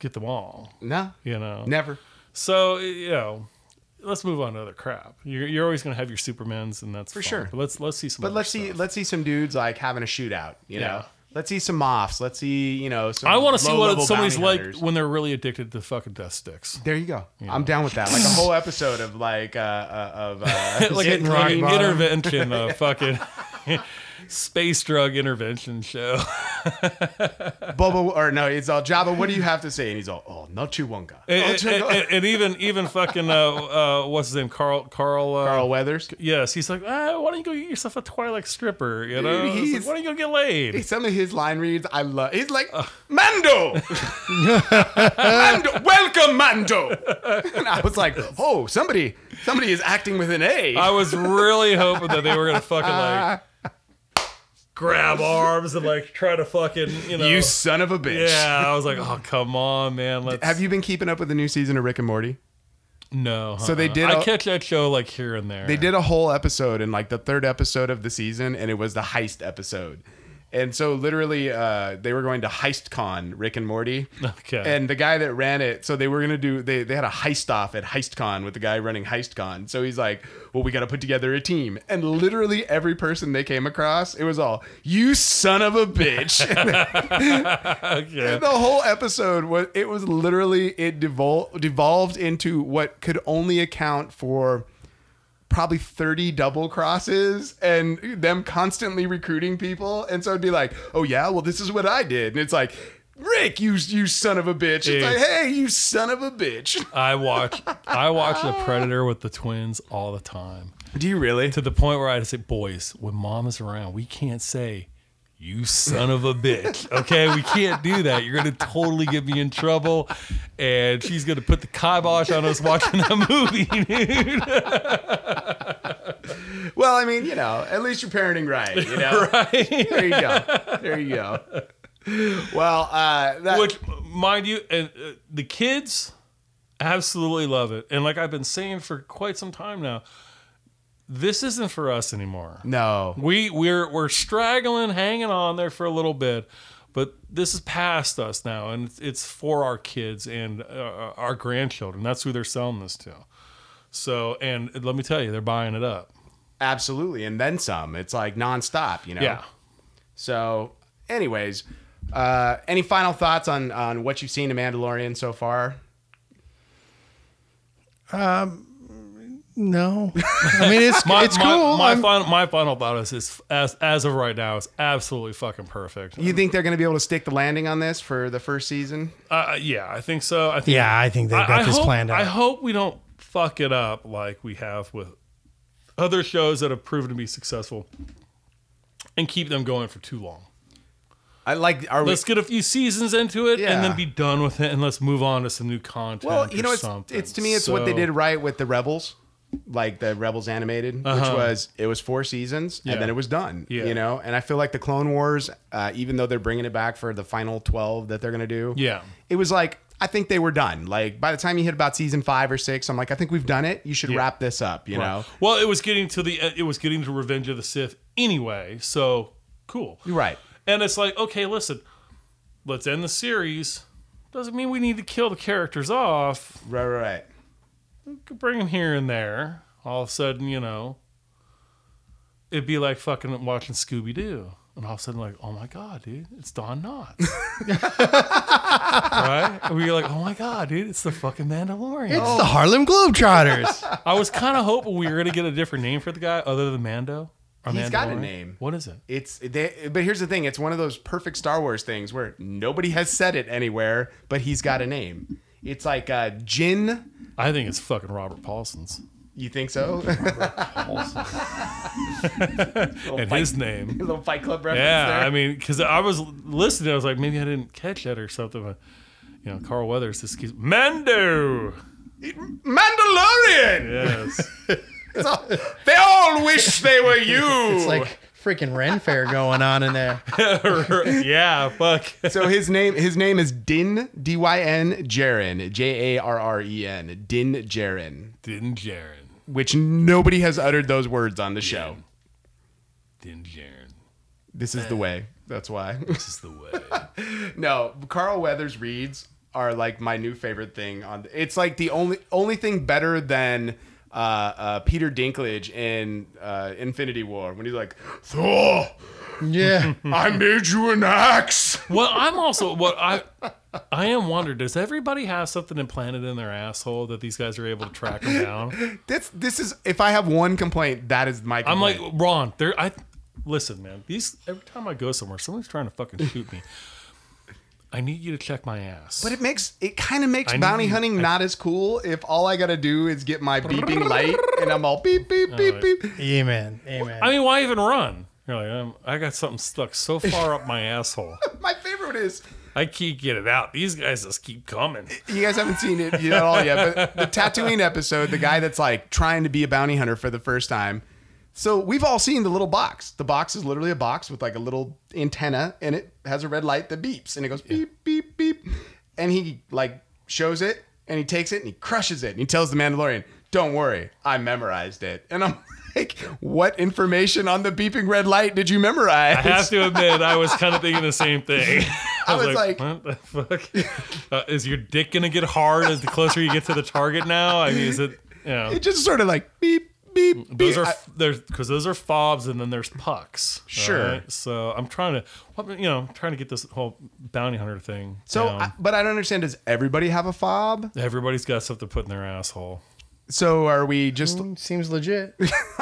S4: get them all,
S2: No,
S4: you know.
S2: never.
S4: So you know, let's move on to other crap. You're, you're always going to have your Supermans, and that's for
S2: sure.
S4: But let's let's see some.
S2: But
S4: other
S2: let's see,
S4: stuff.
S2: let's see some dudes like having a shootout. You know,
S4: Yeah.
S2: let's see some moths. Let's see, you know, some.
S4: I want to see what
S2: low-level
S4: somebody's
S2: bounty
S4: like
S2: hunters.
S4: when they're really addicted to fucking death sticks.
S2: There you go. I'm down with that. Like a whole episode of like uh, uh, of uh,
S4: like
S2: Zit
S4: an,
S2: and Rock
S4: an
S2: Bottom.
S4: intervention, uh, fucking space drug intervention show.
S2: Bubba, or no, it's all Jabba. What do you have to say? And he's all, oh, not Chewonga.
S4: and, and- and- and even even fucking uh, uh, what's his name, Carl Carl uh,
S2: Carl Weathers.
S4: Yes, he's like, ah, why don't you go get yourself a Twilight stripper? You know, It's like,
S2: he's-
S4: why don't you go get laid?
S2: Some of his line reads, I love. He's like, Mando! Mando! Welcome, Mando! And I was like, oh, somebody somebody is acting with an A.
S4: I was really hoping that they were gonna fucking like grab arms and like try to fucking you know.
S2: you son of a bitch.
S4: yeah, I was like, oh come on, man. Let's,
S2: Have you been keeping up with the new season of Rick and Morty?
S4: No.
S2: So they
S4: uh-uh.
S2: did
S4: I
S2: a-
S4: catch that show like here and there.
S2: They did a whole episode in like the third episode of the season, and it was the heist episode. And so literally, uh, they were going to heist con Rick and Morty.
S4: Okay.
S2: And the guy that ran it, so they were gonna do they they had a heist off at HeistCon with the guy running HeistCon. So he's like, "Well, we gotta put together a team." And literally every person they came across, it was all, "You son of a bitch!"
S4: Okay.
S2: the whole episode was it was literally it devol- devolved into what could only account for probably 30 double crosses and them constantly recruiting people and so it'd be like oh yeah well this is what i did and it's like rick you you son of a bitch it's
S4: Dude.
S2: like hey you son of a bitch
S4: I watch I watch The Predator with the twins all the time.
S2: do you really
S4: To the point where I just say, boys, when mom is around, we can't say you son of a bitch. Okay, we can't do that. You're gonna totally get me in trouble, and she's gonna put the kibosh on us watching that movie, dude.
S2: well i mean you know at least you're parenting right you know right there you go there you go well uh that
S4: Which, mind you, and uh, the kids absolutely love it. And like I've been saying for quite some time now, this isn't for us anymore.
S2: no
S4: We we're we're straggling, hanging on there for a little bit, but this is past us now, and it's, it's for our kids and uh, our grandchildren. That's who they're selling this to. So, and let me tell you, they're buying it up.
S2: Absolutely, and then some. It's like nonstop, you know.
S4: Yeah.
S2: So, anyways, uh, any final thoughts on on what you've seen in Mandalorian so far?
S3: No, I mean it's
S4: My,
S3: it's
S4: my-
S3: cool.
S4: My,
S3: I'm-
S4: final, my final thought is, is as as of right now, it's absolutely fucking perfect.
S2: You think they're going to be able to stick the landing on this for the first season?
S4: Uh, yeah, I think so. I think
S3: yeah, I think they've got this
S4: hope,
S3: planned out.
S4: I hope we don't fuck it up like we have with other shows that have proven to be successful and keep them going for too long.
S2: I like. Are we?
S4: Let's get a few seasons into it and
S2: Yeah.
S4: then be done with it and let's move on to some new content.
S2: well, you
S4: or
S2: know, it's
S4: something.
S2: it's to me, it's what they
S4: So-
S2: did right with the Rebels, like the Rebels animated, which was it was four seasons
S4: Uh-huh. Yeah.
S2: and then it was done.
S4: Yeah.
S2: You know, and I feel like the Clone Wars, uh, even though they're bringing it back for the final twelve that they're going to do,
S4: Yeah.
S2: it was like I think they were done. Like by the time you hit about season five or six, I'm like, I think we've done it. You should wrap this up. You know,
S4: Well, it was getting to the it was getting to Revenge of the Sith anyway, so cool.
S2: You're right.
S4: And it's like, okay, listen, let's end the series. Doesn't mean we need to kill the characters off.
S2: Right, right, right.
S4: could bring him here and there. All of a sudden, you know, it'd be like fucking watching Scooby Doo, and all of a sudden, like, oh my god, dude, it's Don Knotts, right? And we're like, oh my god, dude, it's the fucking Mandalorian.
S3: it's the Harlem Globetrotters.
S4: I was kind of hoping we were gonna get a different name for the guy other than Mando. Or
S2: He's got a
S4: Mandalorian.
S2: name.
S4: What is it?
S2: It's they, but here's the thing. It's one of those perfect Star Wars things where nobody has said it anywhere, but he's got a name. It's like uh, Jin.
S4: I think it's fucking Robert Paulson's.
S2: You think so?
S4: Paulson.
S2: Oh
S4: and his name.
S2: little Fight Club reference
S4: Yeah,
S2: there.
S4: I mean, because I was listening, I was like, maybe I didn't catch that or something. But you know, Carl Weathers just keeps Mando.
S2: Mandalorian.
S4: Yes,
S2: It's all- they all wish they were you.
S3: It's like freaking Ren Fair going on in there.
S4: yeah, fuck.
S2: so his name his name is Din D Y N Jaren J A R R E N Din Jaren.
S4: Din Djarin.
S2: which nobody has uttered those words on the show.
S4: Then Jaren,
S2: This is the way. That's why.
S4: this is the way.
S2: no, Carl Weathers reads are like my new favorite thing. On it's like the only only thing better than uh, uh, Peter Dinklage in uh, Infinity War when he's like Thor.
S3: Yeah.
S2: I made you an axe.
S4: well, I'm also what I I am wondering. Does everybody have something implanted in their asshole that these guys are able to track them down?
S2: This this is if I have one complaint, that is my.
S4: I'm
S2: Complaint.
S4: like Ron. There, I listen, man. These every time I go somewhere, someone's trying to fucking shoot me. I need you to check my ass.
S2: But it makes it kind of makes
S4: I
S2: bounty
S4: need-
S2: hunting not as cool if all I gotta do is get my beeping light and I'm all beep beep
S4: Oh,
S2: beep beep.
S3: Amen. Amen.
S4: I mean, why even run? You're like, um, I got something stuck so far up my asshole.
S2: My favorite is
S4: I can't get it out. These guys just keep coming.
S2: you guys haven't seen it at all yet, but the Tatooine episode, the guy that's like trying to be a bounty hunter for the first time. So we've all seen the little box. The box is literally a box with like a little antenna and it has a red light that beeps and it goes beep beep beep. And he like shows it and he takes it and he crushes it and he tells the Mandalorian, "Don't worry, I memorized it." And I'm like, "What information on the beeping red light did you memorize?"
S4: I have to admit, I was kind of thinking the same thing.
S2: I was
S4: what the fuck? Uh, is your dick gonna get hard as the closer you get to the target now? I mean, is it? You know,
S2: It just sort of like beep beep. beep.
S4: those are
S2: I-
S4: there's because those are fobs, and then there's pucks.
S2: Sure.
S4: alright? So I'm trying to, what- you know, I'm trying to get this whole bounty hunter thing.
S2: so,
S4: down.
S2: I, but I don't understand. Does everybody have a fob?
S4: everybody's got stuff to put in their asshole.
S2: So are we just?
S3: Seems legit.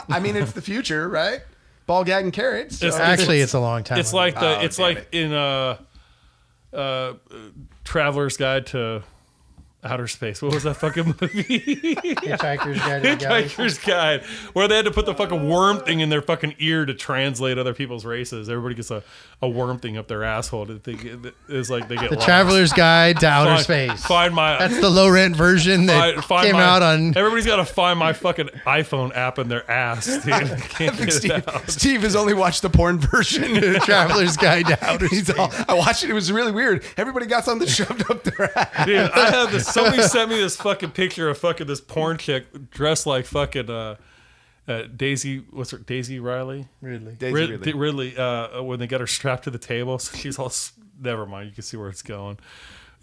S2: I mean, it's the future, right? Ball gag and carrots. so-
S4: It's-
S3: Actually, it's a long time.
S4: It's like the
S2: Oh,
S4: it's
S2: damn
S4: like
S2: it.
S4: in uh, uh, Traveler's Guide to Outer Space. What was that fucking movie?
S3: Hitchhiker's Guide to the Galaxy.
S4: Hitchhiker's Guide, where they had to put the fucking worm thing in their fucking ear to translate other people's races. Everybody gets a, a worm thing up their asshole. That they get- It's like they get
S3: The
S4: lost.
S3: Traveler's Guide to Outer
S4: Find-
S3: Space.
S4: Find my.
S3: That's the low rent version that
S4: Find, find
S3: came
S4: my,
S3: out on.
S4: Everybody's got to find my fucking iPhone app in their ass, dude. Can't get it
S2: Steve,
S4: out.
S2: Steve has only watched the porn version.
S3: Traveler's Guide to Outer
S2: He's
S3: Space.
S2: all, I watched it. It was really weird. Everybody got something shoved up their ass.
S4: Dude, I have this. Somebody sent me this fucking picture of fucking this porn chick dressed like fucking uh, uh, Daisy. What's her Daisy Riley?
S3: Ridley.
S2: Daisy
S4: Rid-
S2: Ridley.
S4: Ridley. uh, when they got her strapped to the table, so she's all. s- Never mind. You can see where it's going.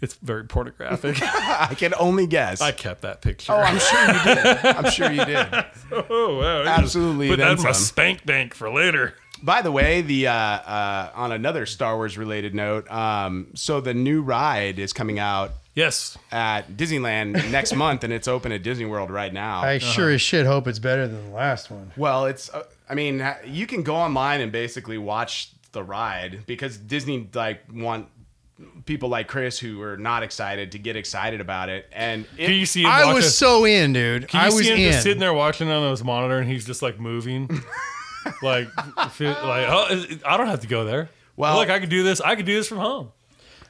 S4: It's very pornographic.
S2: I can only guess.
S4: I kept that picture.
S2: oh, I'm sure you did. I'm sure you did.
S4: Oh, wow. You just
S2: Absolutely,
S4: Put
S2: then
S4: that in my
S2: some.
S4: spank bank for later.
S2: By the way, the uh, uh, on another Star Wars related note, um, so the new ride is coming out
S4: Yes.
S2: at Disneyland next month, and it's open at Disney World right now.
S3: I sure as shit hope it's better than the last one.
S2: Well, it's uh, I mean, ha- you can go online and basically watch the ride because Disney like want people like Chris who are not excited to get excited about it. And it,
S4: Do you see? Him
S3: I
S4: watching-
S3: was so in, dude.
S4: Can you
S3: I was
S4: see him
S3: in.
S4: just sitting there watching on his monitor, and he's just like moving, like, feel- like oh, is- I don't have to go there.
S2: Well-
S4: Well, look, I could do this. I could do this from home.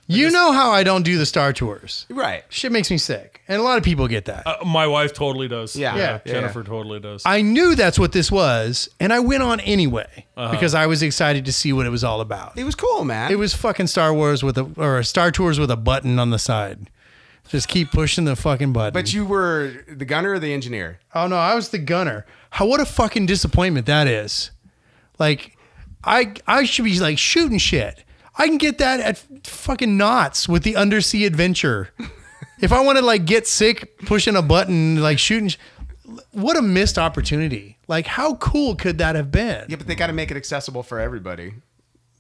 S3: you know how I don't do the Star Tours.
S2: right?
S3: Shit makes me sick. And a lot of people get that.
S4: Uh, my wife totally does.
S2: Yeah.
S3: Yeah.
S2: yeah,
S4: Jennifer totally does.
S3: I knew that's what this was, and I went on anyway
S4: Uh-huh.
S3: because I was excited to see what it was all about.
S2: It was cool, man.
S3: It was fucking Star Wars with a or Star Tours with a button on the side. Just keep pushing the fucking button.
S2: but you were the gunner or the engineer?
S3: Oh no, I was the gunner. How what a fucking disappointment that is. Like I I should be like shooting shit. I can get that at fucking knots with the undersea adventure. if I want to like get sick pushing a button like shooting sh- what a missed opportunity. Like how cool could that have been?
S2: Yeah, but they got to make it accessible for everybody.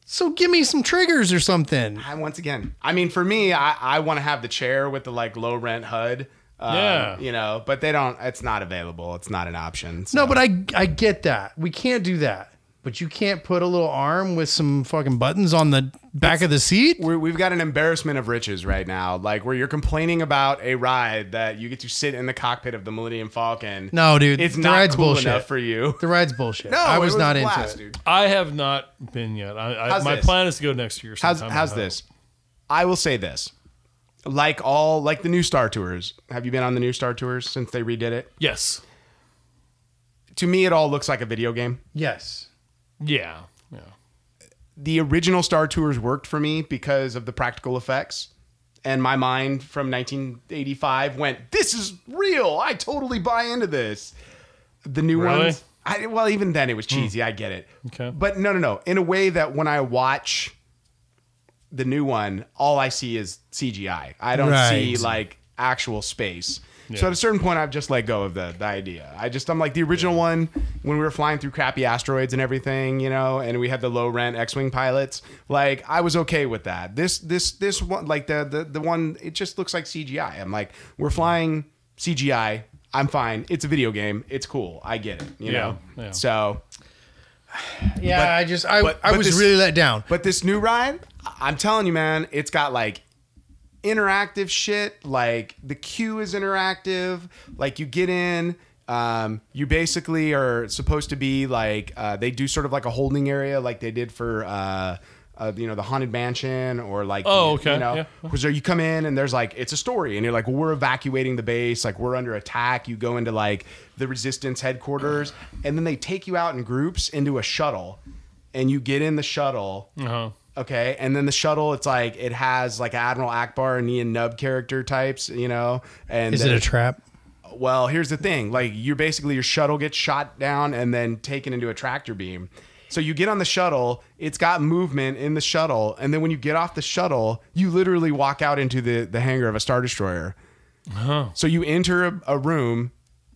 S3: So give me some triggers or something.
S2: I once again, I mean, for me, I, I want to have the chair with the like low rent HUD. Um,
S4: Yeah.
S2: you know, but they don't. It's not available. It's not an option. so-
S3: No, but I I get that. We can't do that. But you can't put a little arm with some fucking buttons on the back of the seat.
S2: We're, we've got an embarrassment of riches right now, like where you're complaining about a ride that you get to sit in the cockpit of the Millennium Falcon.
S3: No, dude,
S2: it's
S3: the
S2: not
S3: ride's
S2: cool
S3: bullshit.
S2: enough for you.
S3: The ride's bullshit.
S2: No,
S3: I was,
S2: it
S3: not
S2: a
S3: into
S2: blast,
S3: it.
S2: dude.
S4: I have not been yet. I, I,
S2: How's
S4: my
S2: this?
S4: plan is to go next year.
S2: How's
S4: sometime, I
S2: how's
S4: hope.
S2: this? I will say this, like all like the new Star Tours. Have you been on the new Star Tours since they redid it?
S4: Yes.
S2: To me, it all looks like a video game.
S3: Yes.
S4: Yeah. Yeah.
S2: the original Star Tours worked for me because of the practical effects. And my mind from 1985 went, this is real. I totally buy into this. The new
S4: Really? Hmm.
S2: ones. I, well, even then it was cheesy. I get it.
S4: Okay.
S2: But no, no, no. In a way that when I watch the new one, all I see is CGI. I don't see
S3: Right.
S2: like actual space.
S4: Yeah.
S2: So at a certain point, I've just let go of the, the idea. I just I'm like the original one when we were flying through crappy asteroids and everything, you know, and we had the low rent X-wing pilots. Like I was okay with that. This this this one like the the the one it just looks like CGI. I'm like we're flying CGI. I'm fine. It's a video game. It's cool. I get it. You
S4: Yeah,
S2: know.
S4: yeah.
S2: So
S3: Yeah,
S2: But-
S3: I just I,
S2: but-
S3: I
S2: but
S3: was
S2: this-
S3: really let down.
S2: But this new ride, I- I'm telling you, man, it's got like interactive shit. Like the queue is interactive. Like you get in, um, you basically are supposed to be like uh, they do sort of like a holding area, like they did for. Uh, uh, you know the haunted mansion, or like
S4: Oh,
S2: you-
S4: okay,
S2: you know,
S4: yeah.
S2: because there you come in and there's like it's a story, and you're like, well, we're evacuating the base, like we're under attack. You go into like the resistance headquarters, and then they take you out in groups into a shuttle, and you get in the shuttle.
S4: Uh-huh.
S2: Okay, and then the shuttle, it's like it has like Admiral Akbar and Ian Nub character types, you know. And
S3: Is it a
S2: then-
S3: trap?
S2: well, here's the thing. Like you're basically your shuttle gets shot down and then taken into a tractor beam. So you get on the shuttle, it's got movement in the shuttle, and then when you get off the shuttle, you literally walk out into the the hangar of a star destroyer.
S3: Uh-huh.
S2: So you enter a, a room,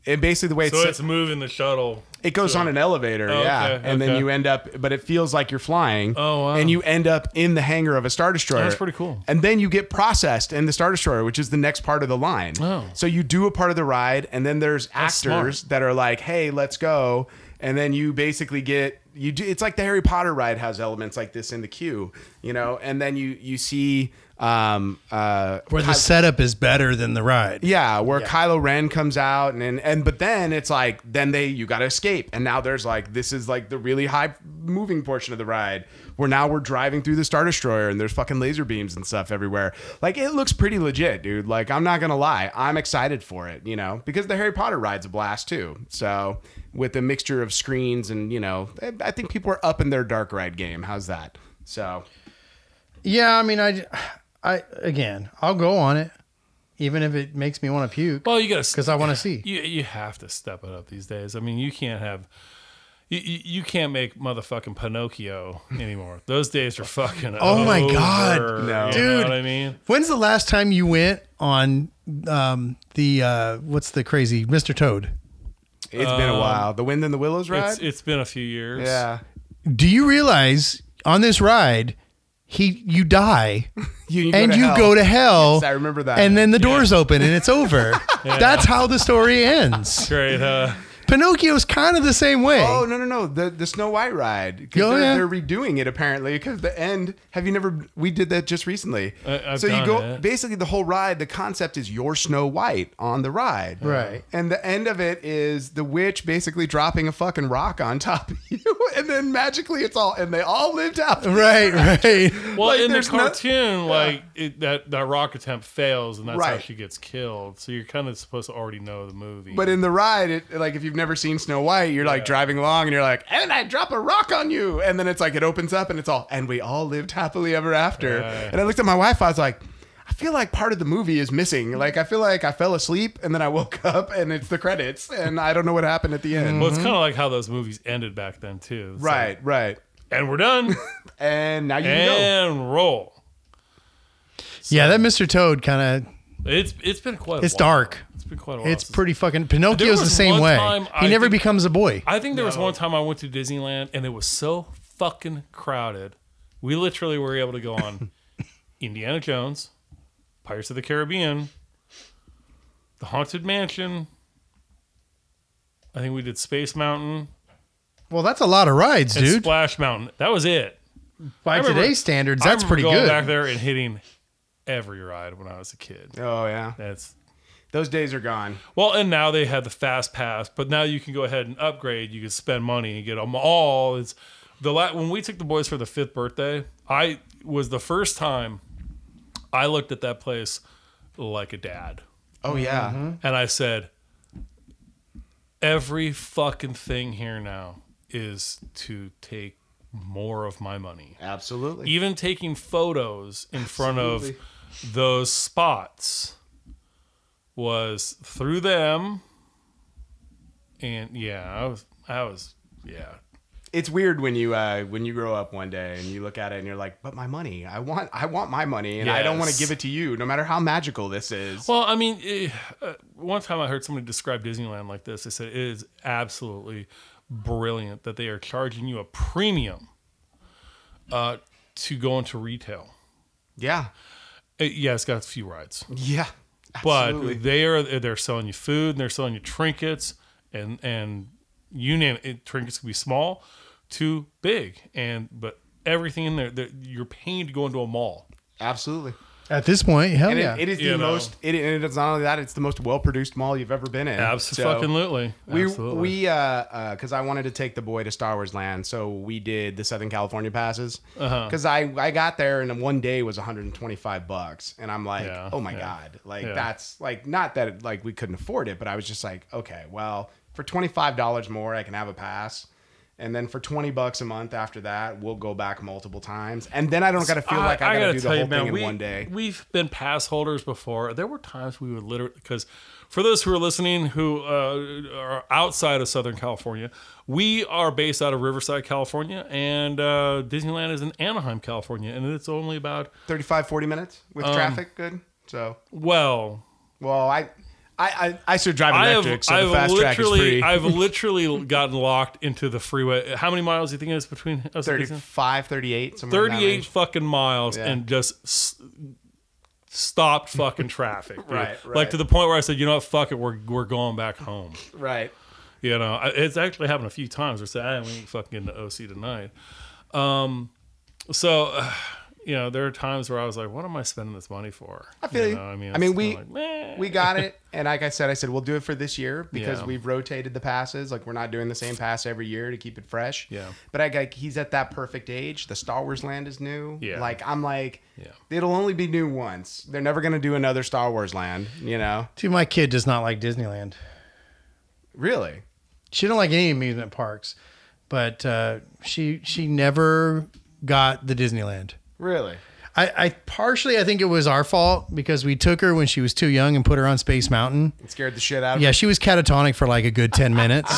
S2: and basically the way
S4: So
S2: it's,
S4: it's moving the shuttle.
S2: it goes on an elevator,
S4: Oh,
S2: yeah,
S4: okay,
S2: and then
S4: okay.
S2: you end up, but it feels like you're flying.
S4: Oh, wow.
S2: And you end up in the hangar of a star destroyer.
S4: That's pretty cool.
S2: And then you get processed in the star destroyer, which is the next part of the line.
S4: Oh.
S2: So you do a part of the ride, and then there's actors that are like, "Hey, let's go," and then you basically get you. Do, it's like the Harry Potter ride has elements like this in the queue, you know, and then you you see. Um, uh,
S3: Where the setup is better than the ride.
S2: yeah, where Kylo Ren comes out and, and and but then it's like then they you got to escape and now there's like this is like the really high moving portion of the ride where now we're driving through the star destroyer and there's fucking laser beams and stuff everywhere. Like it looks pretty legit, dude. Like I'm not going to lie. I'm excited for it, you know, because the Harry Potter ride's a blast too. So with a mixture of screens and, you know, I- I think people are up in their dark ride game. How's that? So
S3: Yeah, I mean, I, I again, I'll go on it, even if it makes me want to puke
S4: Well, you got to
S3: because I want to see.
S4: you you have to step it up these days. I mean, you can't have you, you you can't make motherfucking Pinocchio anymore. Those days are fucking.
S3: Oh my God.
S4: over,
S2: No.
S4: you know
S3: Dude.
S4: what I mean?
S3: When's the last time you went on um, the uh, what's the crazy Mr. Toad?
S2: it's been a while. The Wind in the Willows ride?
S4: Um, It's it's been a few years.
S2: yeah.
S3: Do you realize on this ride, he you die
S2: You,
S3: and you go to hell?
S2: Yes, I remember that.
S3: And then the doors open and it's over. That's how the story ends.
S4: Great. Uh,
S3: Pinocchio's kind of the same way.
S2: Oh no no no the the Snow White ride. 'Cause
S3: Oh,
S2: they're,
S3: yeah.
S2: they're redoing it apparently because the end. Have you never? We did that just recently.
S4: I- I've
S2: so
S4: done
S2: you go
S4: it.
S2: basically the whole ride. The concept is your Snow White on the ride,
S3: Right.
S2: And the end of it is the witch basically dropping a fucking rock on top of you, and then magically it's all and they all lived out.
S3: Right, right.
S4: well,
S2: Like,
S4: in the
S2: there's no-
S4: cartoon, like it, that that rock attempt fails, and that's how
S2: Right.
S4: she gets killed. So you're kind of supposed to already know the movie.
S2: But in the ride, it, like if you've never seen Snow White, you're like driving along and you're like, and I drop a rock on you, and then it's like it opens up and it's all, and we all lived happily ever after.
S4: Yeah.
S2: And I looked at my wife, I was like, I feel like part of the movie is missing. Like I feel like I fell asleep and then I woke up and it's the credits and I don't know what happened at the end.
S4: well, it's kind of like how those movies ended back then too. It's like,
S2: Mm-hmm. Right, right.
S4: and we're done
S2: And now you know.
S4: and roll.
S3: Yeah, that Mr. Toad kind of
S4: It's it's been quite. A
S3: it's
S4: while.
S3: dark.
S4: It's been quite a while.
S3: It's
S4: since-
S3: pretty fucking Pinocchio's the
S4: was
S3: same
S4: one
S3: way.
S4: time
S3: He
S4: I
S3: never
S4: think-
S3: becomes a boy.
S4: I think there was one time I went to Disneyland and it was so fucking crowded. We literally were able to go on Indiana Jones, Pirates of the Caribbean, The Haunted Mansion. I think we did Space Mountain
S3: well, that's a lot of rides,
S4: and
S3: dude.
S4: Splash Mountain. That was it.
S3: By
S4: remember-
S3: today's standards,
S4: I
S3: that's
S4: remember
S3: pretty
S4: going
S3: good.
S4: back there and hitting every ride when I was a kid.
S2: Oh yeah,
S4: That's
S2: those days are gone.
S4: well, and now they have the fast pass, but now you can go ahead and upgrade. You can spend money and get them all. It's the la- when we took the boys for the fifth birthday. I was the first time I looked at that place like a dad,
S2: Oh yeah,
S4: and I said, "Every fucking thing here now is to take more of my money."
S2: absolutely.
S4: even taking photos in front
S2: Absolutely.
S4: of those spots was through them and yeah, I was, I was, yeah.
S2: It's weird when you uh, when you grow up one day and you look at it and you're like, "But my money, I want, I want my money, and I don't want to
S4: Yes.
S2: give it to you, no matter how magical this is."
S4: Well, I mean, eh, uh, one time I heard somebody describe Disneyland like this. They said it is absolutely brilliant that they are charging you a premium uh, to go into retail.
S2: yeah,
S4: Eh, yeah, it's got a few rides,
S2: yeah,
S4: but they are they're selling you food and they're selling you trinkets and and you name it. it. Trinkets can be small to big, and but everything in there, that you're paying to go into a mall.
S2: absolutely.
S3: At this point, hell
S2: And
S3: yeah.
S2: it, it is the
S4: You know.
S2: most. It, and it's not only that; it's the most well-produced mall you've ever been in. So-
S4: Abso-fucking-lutely.
S2: We
S4: Absolutely.
S2: we uh because I wanted to take the boy to Star Wars Land, so we did the Southern California passes.
S4: Uh-huh.
S2: Because I I got there and one day was 125 bucks, and I'm like,
S4: Yeah,
S2: oh my
S4: yeah.
S2: god, like
S4: Yeah.
S2: that's like not that it, like we couldn't afford it, but I was just like, okay, well for 25 dollars more, I can have a pass. And then for twenty bucks a month after that, we'll go back multiple times, and then I don't got to feel like I, got to do the
S4: tell
S2: whole
S4: you, man,
S2: thing in
S4: we,
S2: one day.
S4: We've been pass holders before. There were times we would literally because for those who are listening who uh, are outside of Southern California, we are based out of Riverside, California, and uh, Disneyland is in Anaheim, California, and it's only about
S2: 35, 40 minutes with
S4: Um,
S2: traffic, good. So,
S4: well.
S2: well, I, I, I, I still drive
S4: I have,
S2: electric, so
S4: I've
S2: the fast track is
S4: literally,
S2: free.
S4: I've literally gotten locked into the freeway. How many miles do you think it is between us and Disney?
S2: 35, 38, somewhere in that
S4: 38
S2: range.
S4: fucking miles
S2: Yeah.
S4: and just s- stopped fucking traffic. dude.
S2: Right, right.
S4: Like to the point where I said, you know what, fuck it, we're, we're going back home.
S2: Right.
S4: You know, I- it's actually happened a few times where I said, "Ah, we ain't fucking getting to OC tonight. Um, so, uh, you know, there are times where I was like, what am I spending this money for?
S2: I feel you.
S4: know,
S2: I mean,
S4: it's kinda
S2: we
S4: like, meh.
S2: we got it, and like I said, I said we'll do it for this year because
S4: Yeah.
S2: we've rotated the passes. Like we're not doing the same pass every year to keep it fresh.
S4: Yeah.
S2: But I like he's at that perfect age. The Star Wars Land is new.
S4: Yeah.
S2: Like I'm like,
S4: Yeah.
S2: it'll only be new once. They're never gonna do another Star Wars Land. You know,
S3: Dude, my kid does not like Disneyland.
S2: really.
S3: She don't like any amusement parks, but uh, she she never got the Disneyland.
S2: Really?
S3: I, I partially I think it was our fault because we took her when she was too young and put her on Space Mountain.
S2: It scared the shit out of
S3: Yeah,
S2: me.
S3: she was catatonic for like a good 10 minutes.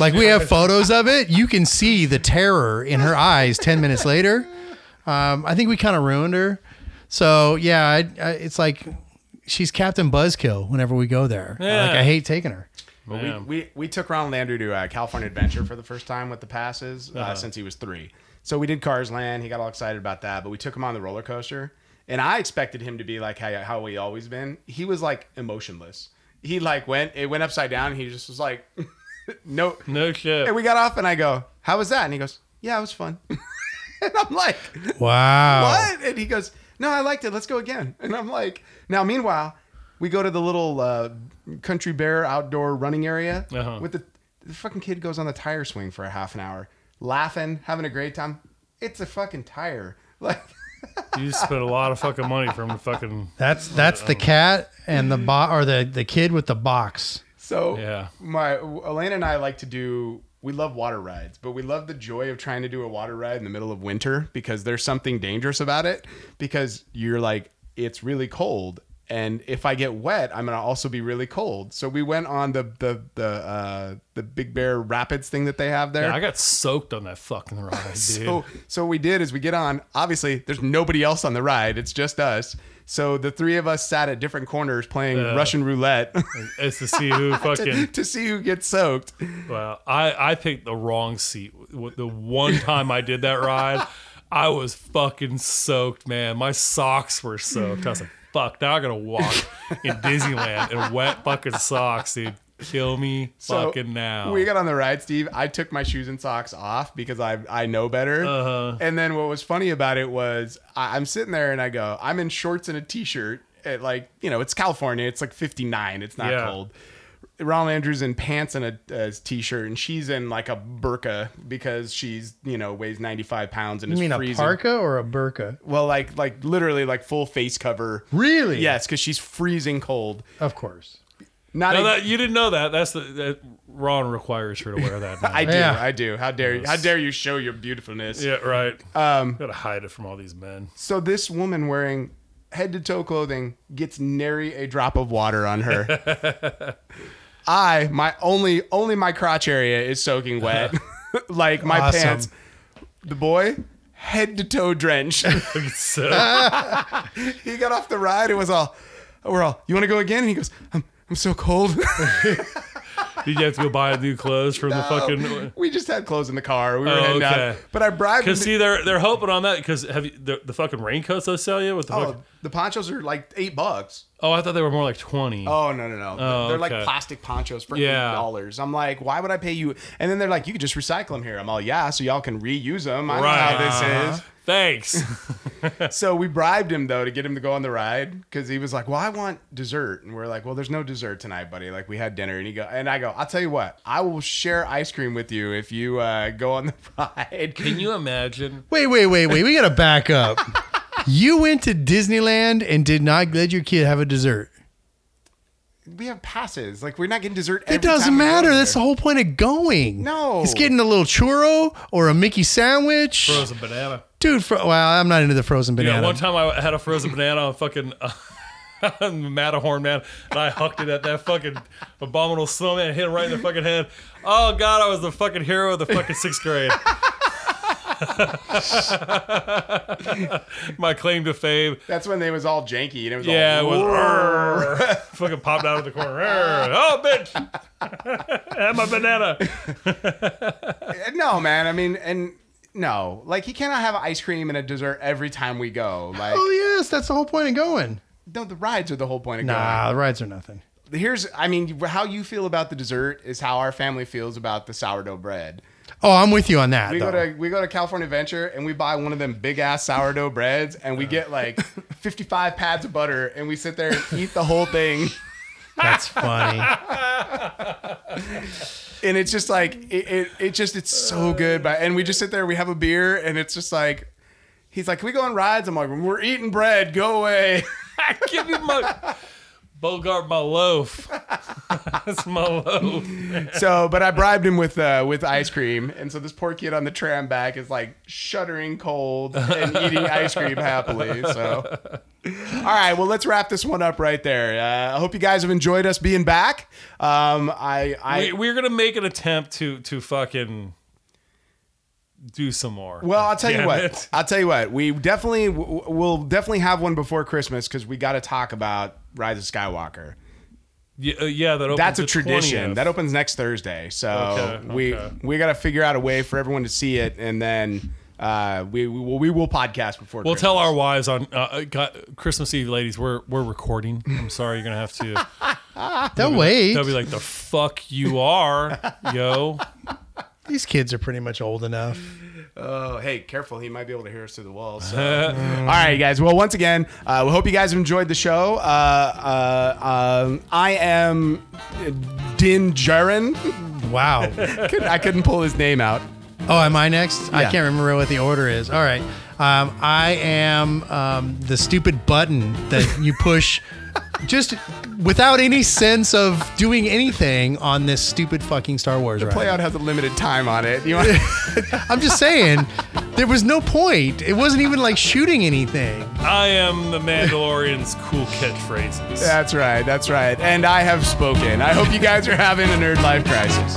S3: like we have photos of it. You can see the terror in her eyes 10 minutes later. Um, I think we kind of ruined her. So, yeah, I, I, it's like she's Captain Buzzkill whenever we go there. Like
S4: Yeah.
S3: I hate taking her.
S2: But
S4: Man.
S2: we, we, we took Ron Landry to uh, California Adventure for the first time with the passes uh, since he was three. So we did Cars Land. He got all excited about that, but we took him on the roller coaster, and I expected him to be like how, how we always been. He was like emotionless. He like went it went upside down. And he just was like, no.
S4: No shit.
S2: And we got off, and I go, "How was that?" And he goes, "Yeah, it was fun." and I'm like,
S3: Wow.
S2: what? And he goes, no, I liked it. Let's go again. And I'm like, now, meanwhile, we go to the little uh, country bear outdoor running area
S4: Uh-huh.
S2: with the, the fucking kid goes on the tire swing for a half an hour, laughing, having a great time. It's a fucking tire. Like,
S4: you spent a lot of fucking money for him to fucking.
S3: That's that's
S4: um,
S3: the cat and the
S4: mm-hmm.
S3: bo- or the, the kid with the box.
S2: so
S4: Yeah.
S2: my Elena and I like to do, we love water rides, but we love the joy of trying to do a water ride in the middle of winter because there's something dangerous about it because you're like, it's really cold. And if I get wet, I'm gonna also be really cold. So we went on the the the uh, the Big Bear Rapids thing that they have there.
S4: Yeah, I got soaked on that fucking ride, dude.
S2: So, so what we did is we get on. Obviously, there's nobody else on the ride. It's just us. So the three of us sat at different corners playing Russian roulette
S4: it's to see who fucking
S2: to see who gets soaked.
S4: Well, I, I picked the wrong seat. W- The one time I did that ride, I was fucking soaked, man. My socks were soaked. I was like, fuck, now I gotta walk in Disneyland in wet fucking socks, dude. Kill me
S2: So
S4: fucking now.
S2: We got on the ride, Steve. I took my shoes and socks off because I I know better.
S4: Uh-huh.
S2: And then what was funny about it was I, I'm sitting there and I go, I'm in shorts and a t-shirt. At like you know, it's California. It's like 59. It's not
S4: Yeah.
S2: cold. Ron Andrews in pants and a, a t-shirt, and she's in like a burqa because she's you know weighs 95 pounds and
S3: You
S2: is
S3: mean
S2: freezing.
S3: a parka or a burka?
S2: Well, like like literally like full face cover.
S3: Really?
S2: Yes, because she's freezing cold.
S3: Of course.
S2: Not
S4: No,
S2: e-
S4: that, you didn't know that. That's the that Ron requires her to wear that. now.
S2: I do.
S3: Yeah.
S2: I do. How dare you? How dare you show your beautifulness?
S4: yeah, right. Um, gotta hide it from all these men.
S2: So this woman wearing head to toe clothing gets nary a drop of water on her. I my only only my crotch area is soaking wet. like my
S3: Awesome.
S2: pants. The boy head to toe drenched.
S4: So,
S2: he got off the ride. It was all we're all. You want to go again? And he goes. I'm I'm so cold.
S4: did you have to go buy new clothes from the fucking?
S2: we just had clothes in the car. We were
S4: Oh,
S2: heading out.
S4: okay.
S2: But I bribed him.
S4: Because
S2: to-
S4: see, they're they're hoping on that. Because have you the, the fucking raincoats they sell you? What the fuck?
S2: oh, the ponchos are like eight bucks.
S4: Oh, I thought they were more like twenty.
S2: Oh no no no!
S4: Oh,
S2: they're like
S4: okay.
S2: plastic ponchos for
S4: Yeah.
S2: eight dollars. I'm like, why would I pay you? And then they're like, you could just recycle them here. I'm all, yeah, so y'all can reuse them. I know
S4: Uh-huh.
S2: how this
S4: Thanks.
S2: is. So we bribed him though to get him to go on the ride because he was like, well, I want dessert, and we're like, well, there's no dessert tonight, buddy. Like we had dinner, and he go, and I go, I'll tell you what, I will share ice cream with you if you uh, go on the ride.
S4: Can you imagine?
S3: Wait, wait, wait, wait. We gotta back up. you went to Disneyland and did not let your kid have a dessert.
S2: we have passes. Like we're not getting dessert.
S3: It doesn't matter. That's the whole point of going.
S2: No.
S3: it's getting a little churro or a Mickey sandwich,
S4: Frozen banana.
S3: dude. Fro- well, I'm not into the frozen
S4: Yeah,
S3: banana.
S4: one time I had a frozen banana on fucking uh, Matterhorn, man, and I hucked it at that fucking abominable snowman, hit him right in the fucking head. Oh god, I was the fucking hero of the fucking sixth grade. My claim to fame.
S2: That's when they was all janky and it was
S4: Yeah, it
S2: all
S4: was "Arr." fucking popped out of the corner. "Arr." Oh, bitch! Have my banana.
S2: No, man. I mean, and no, like he cannot have ice cream and a dessert every time we go. Like,
S3: Oh yes, that's the whole point of going.
S2: no, the rides are the whole point of
S3: Nah, the rides are nothing.
S2: going. Here's, I mean, how you feel about the dessert is how our family feels about the sourdough bread.
S3: Oh, I'm with you on that.
S2: We go
S3: though.
S2: to we go to California Adventure and we buy one of them big ass sourdough breads and we get like 55 pads of butter and we sit there and eat the whole thing.
S3: That's funny.
S2: and it's just like it, it, it just it's so good but and we just sit there we have a beer and it's just like he's like can we go on rides i'm like we're eating bread go away
S4: Give me my Bogart, my loaf. That's my loaf.
S2: so but i bribed him with uh with ice cream and so this poor kid on the tram back is like shuddering cold and eating ice cream happily so all right well let's wrap this one up right there uh, i hope you guys have enjoyed us being back um i i
S4: we, we're gonna make an attempt to to fucking do some more.
S2: Well, I'll tell you
S4: Damn
S2: what.
S4: it.
S2: I'll tell you what. We definitely w- w- we'll definitely have one before Christmas because we got to talk about Rise of Skywalker.
S4: Y- uh, yeah, that opens
S2: That's a
S4: the
S2: tradition.
S4: 20th.
S2: That opens next Thursday, so
S4: Okay,
S2: we
S4: okay.
S2: we got to figure out a way for everyone to see it, and then uh, we we will, we will podcast before.
S4: We'll
S2: Christmas.
S4: tell our wives on uh, uh, God, Christmas Eve, ladies. We're we're recording. I'm sorry, you're gonna have to.
S3: They'll wait.
S4: They'll be like, "The fuck you are, yo."
S3: These kids are pretty much old enough.
S2: Oh, hey, careful. He might be able to hear us through the wall. So. All right, you guys. Well, once again, uh, we hope you guys have enjoyed the show. Uh, uh, um, I am Din Djarin.
S3: Wow.
S2: I couldn't pull his name out.
S3: Oh, am I next? I
S2: Yeah.
S3: can't remember what the order is. All right. Um, I am um, the stupid button that you push just without any sense of doing anything on this stupid fucking Star Wars ride.
S2: Playout has a limited time on it. You want
S3: I'm just saying, there was no point. It wasn't even like shooting anything.
S4: I am the Mandalorian's cool catchphrases.
S2: That's right. That's right. And I have spoken. I hope you guys are having a nerd life crisis.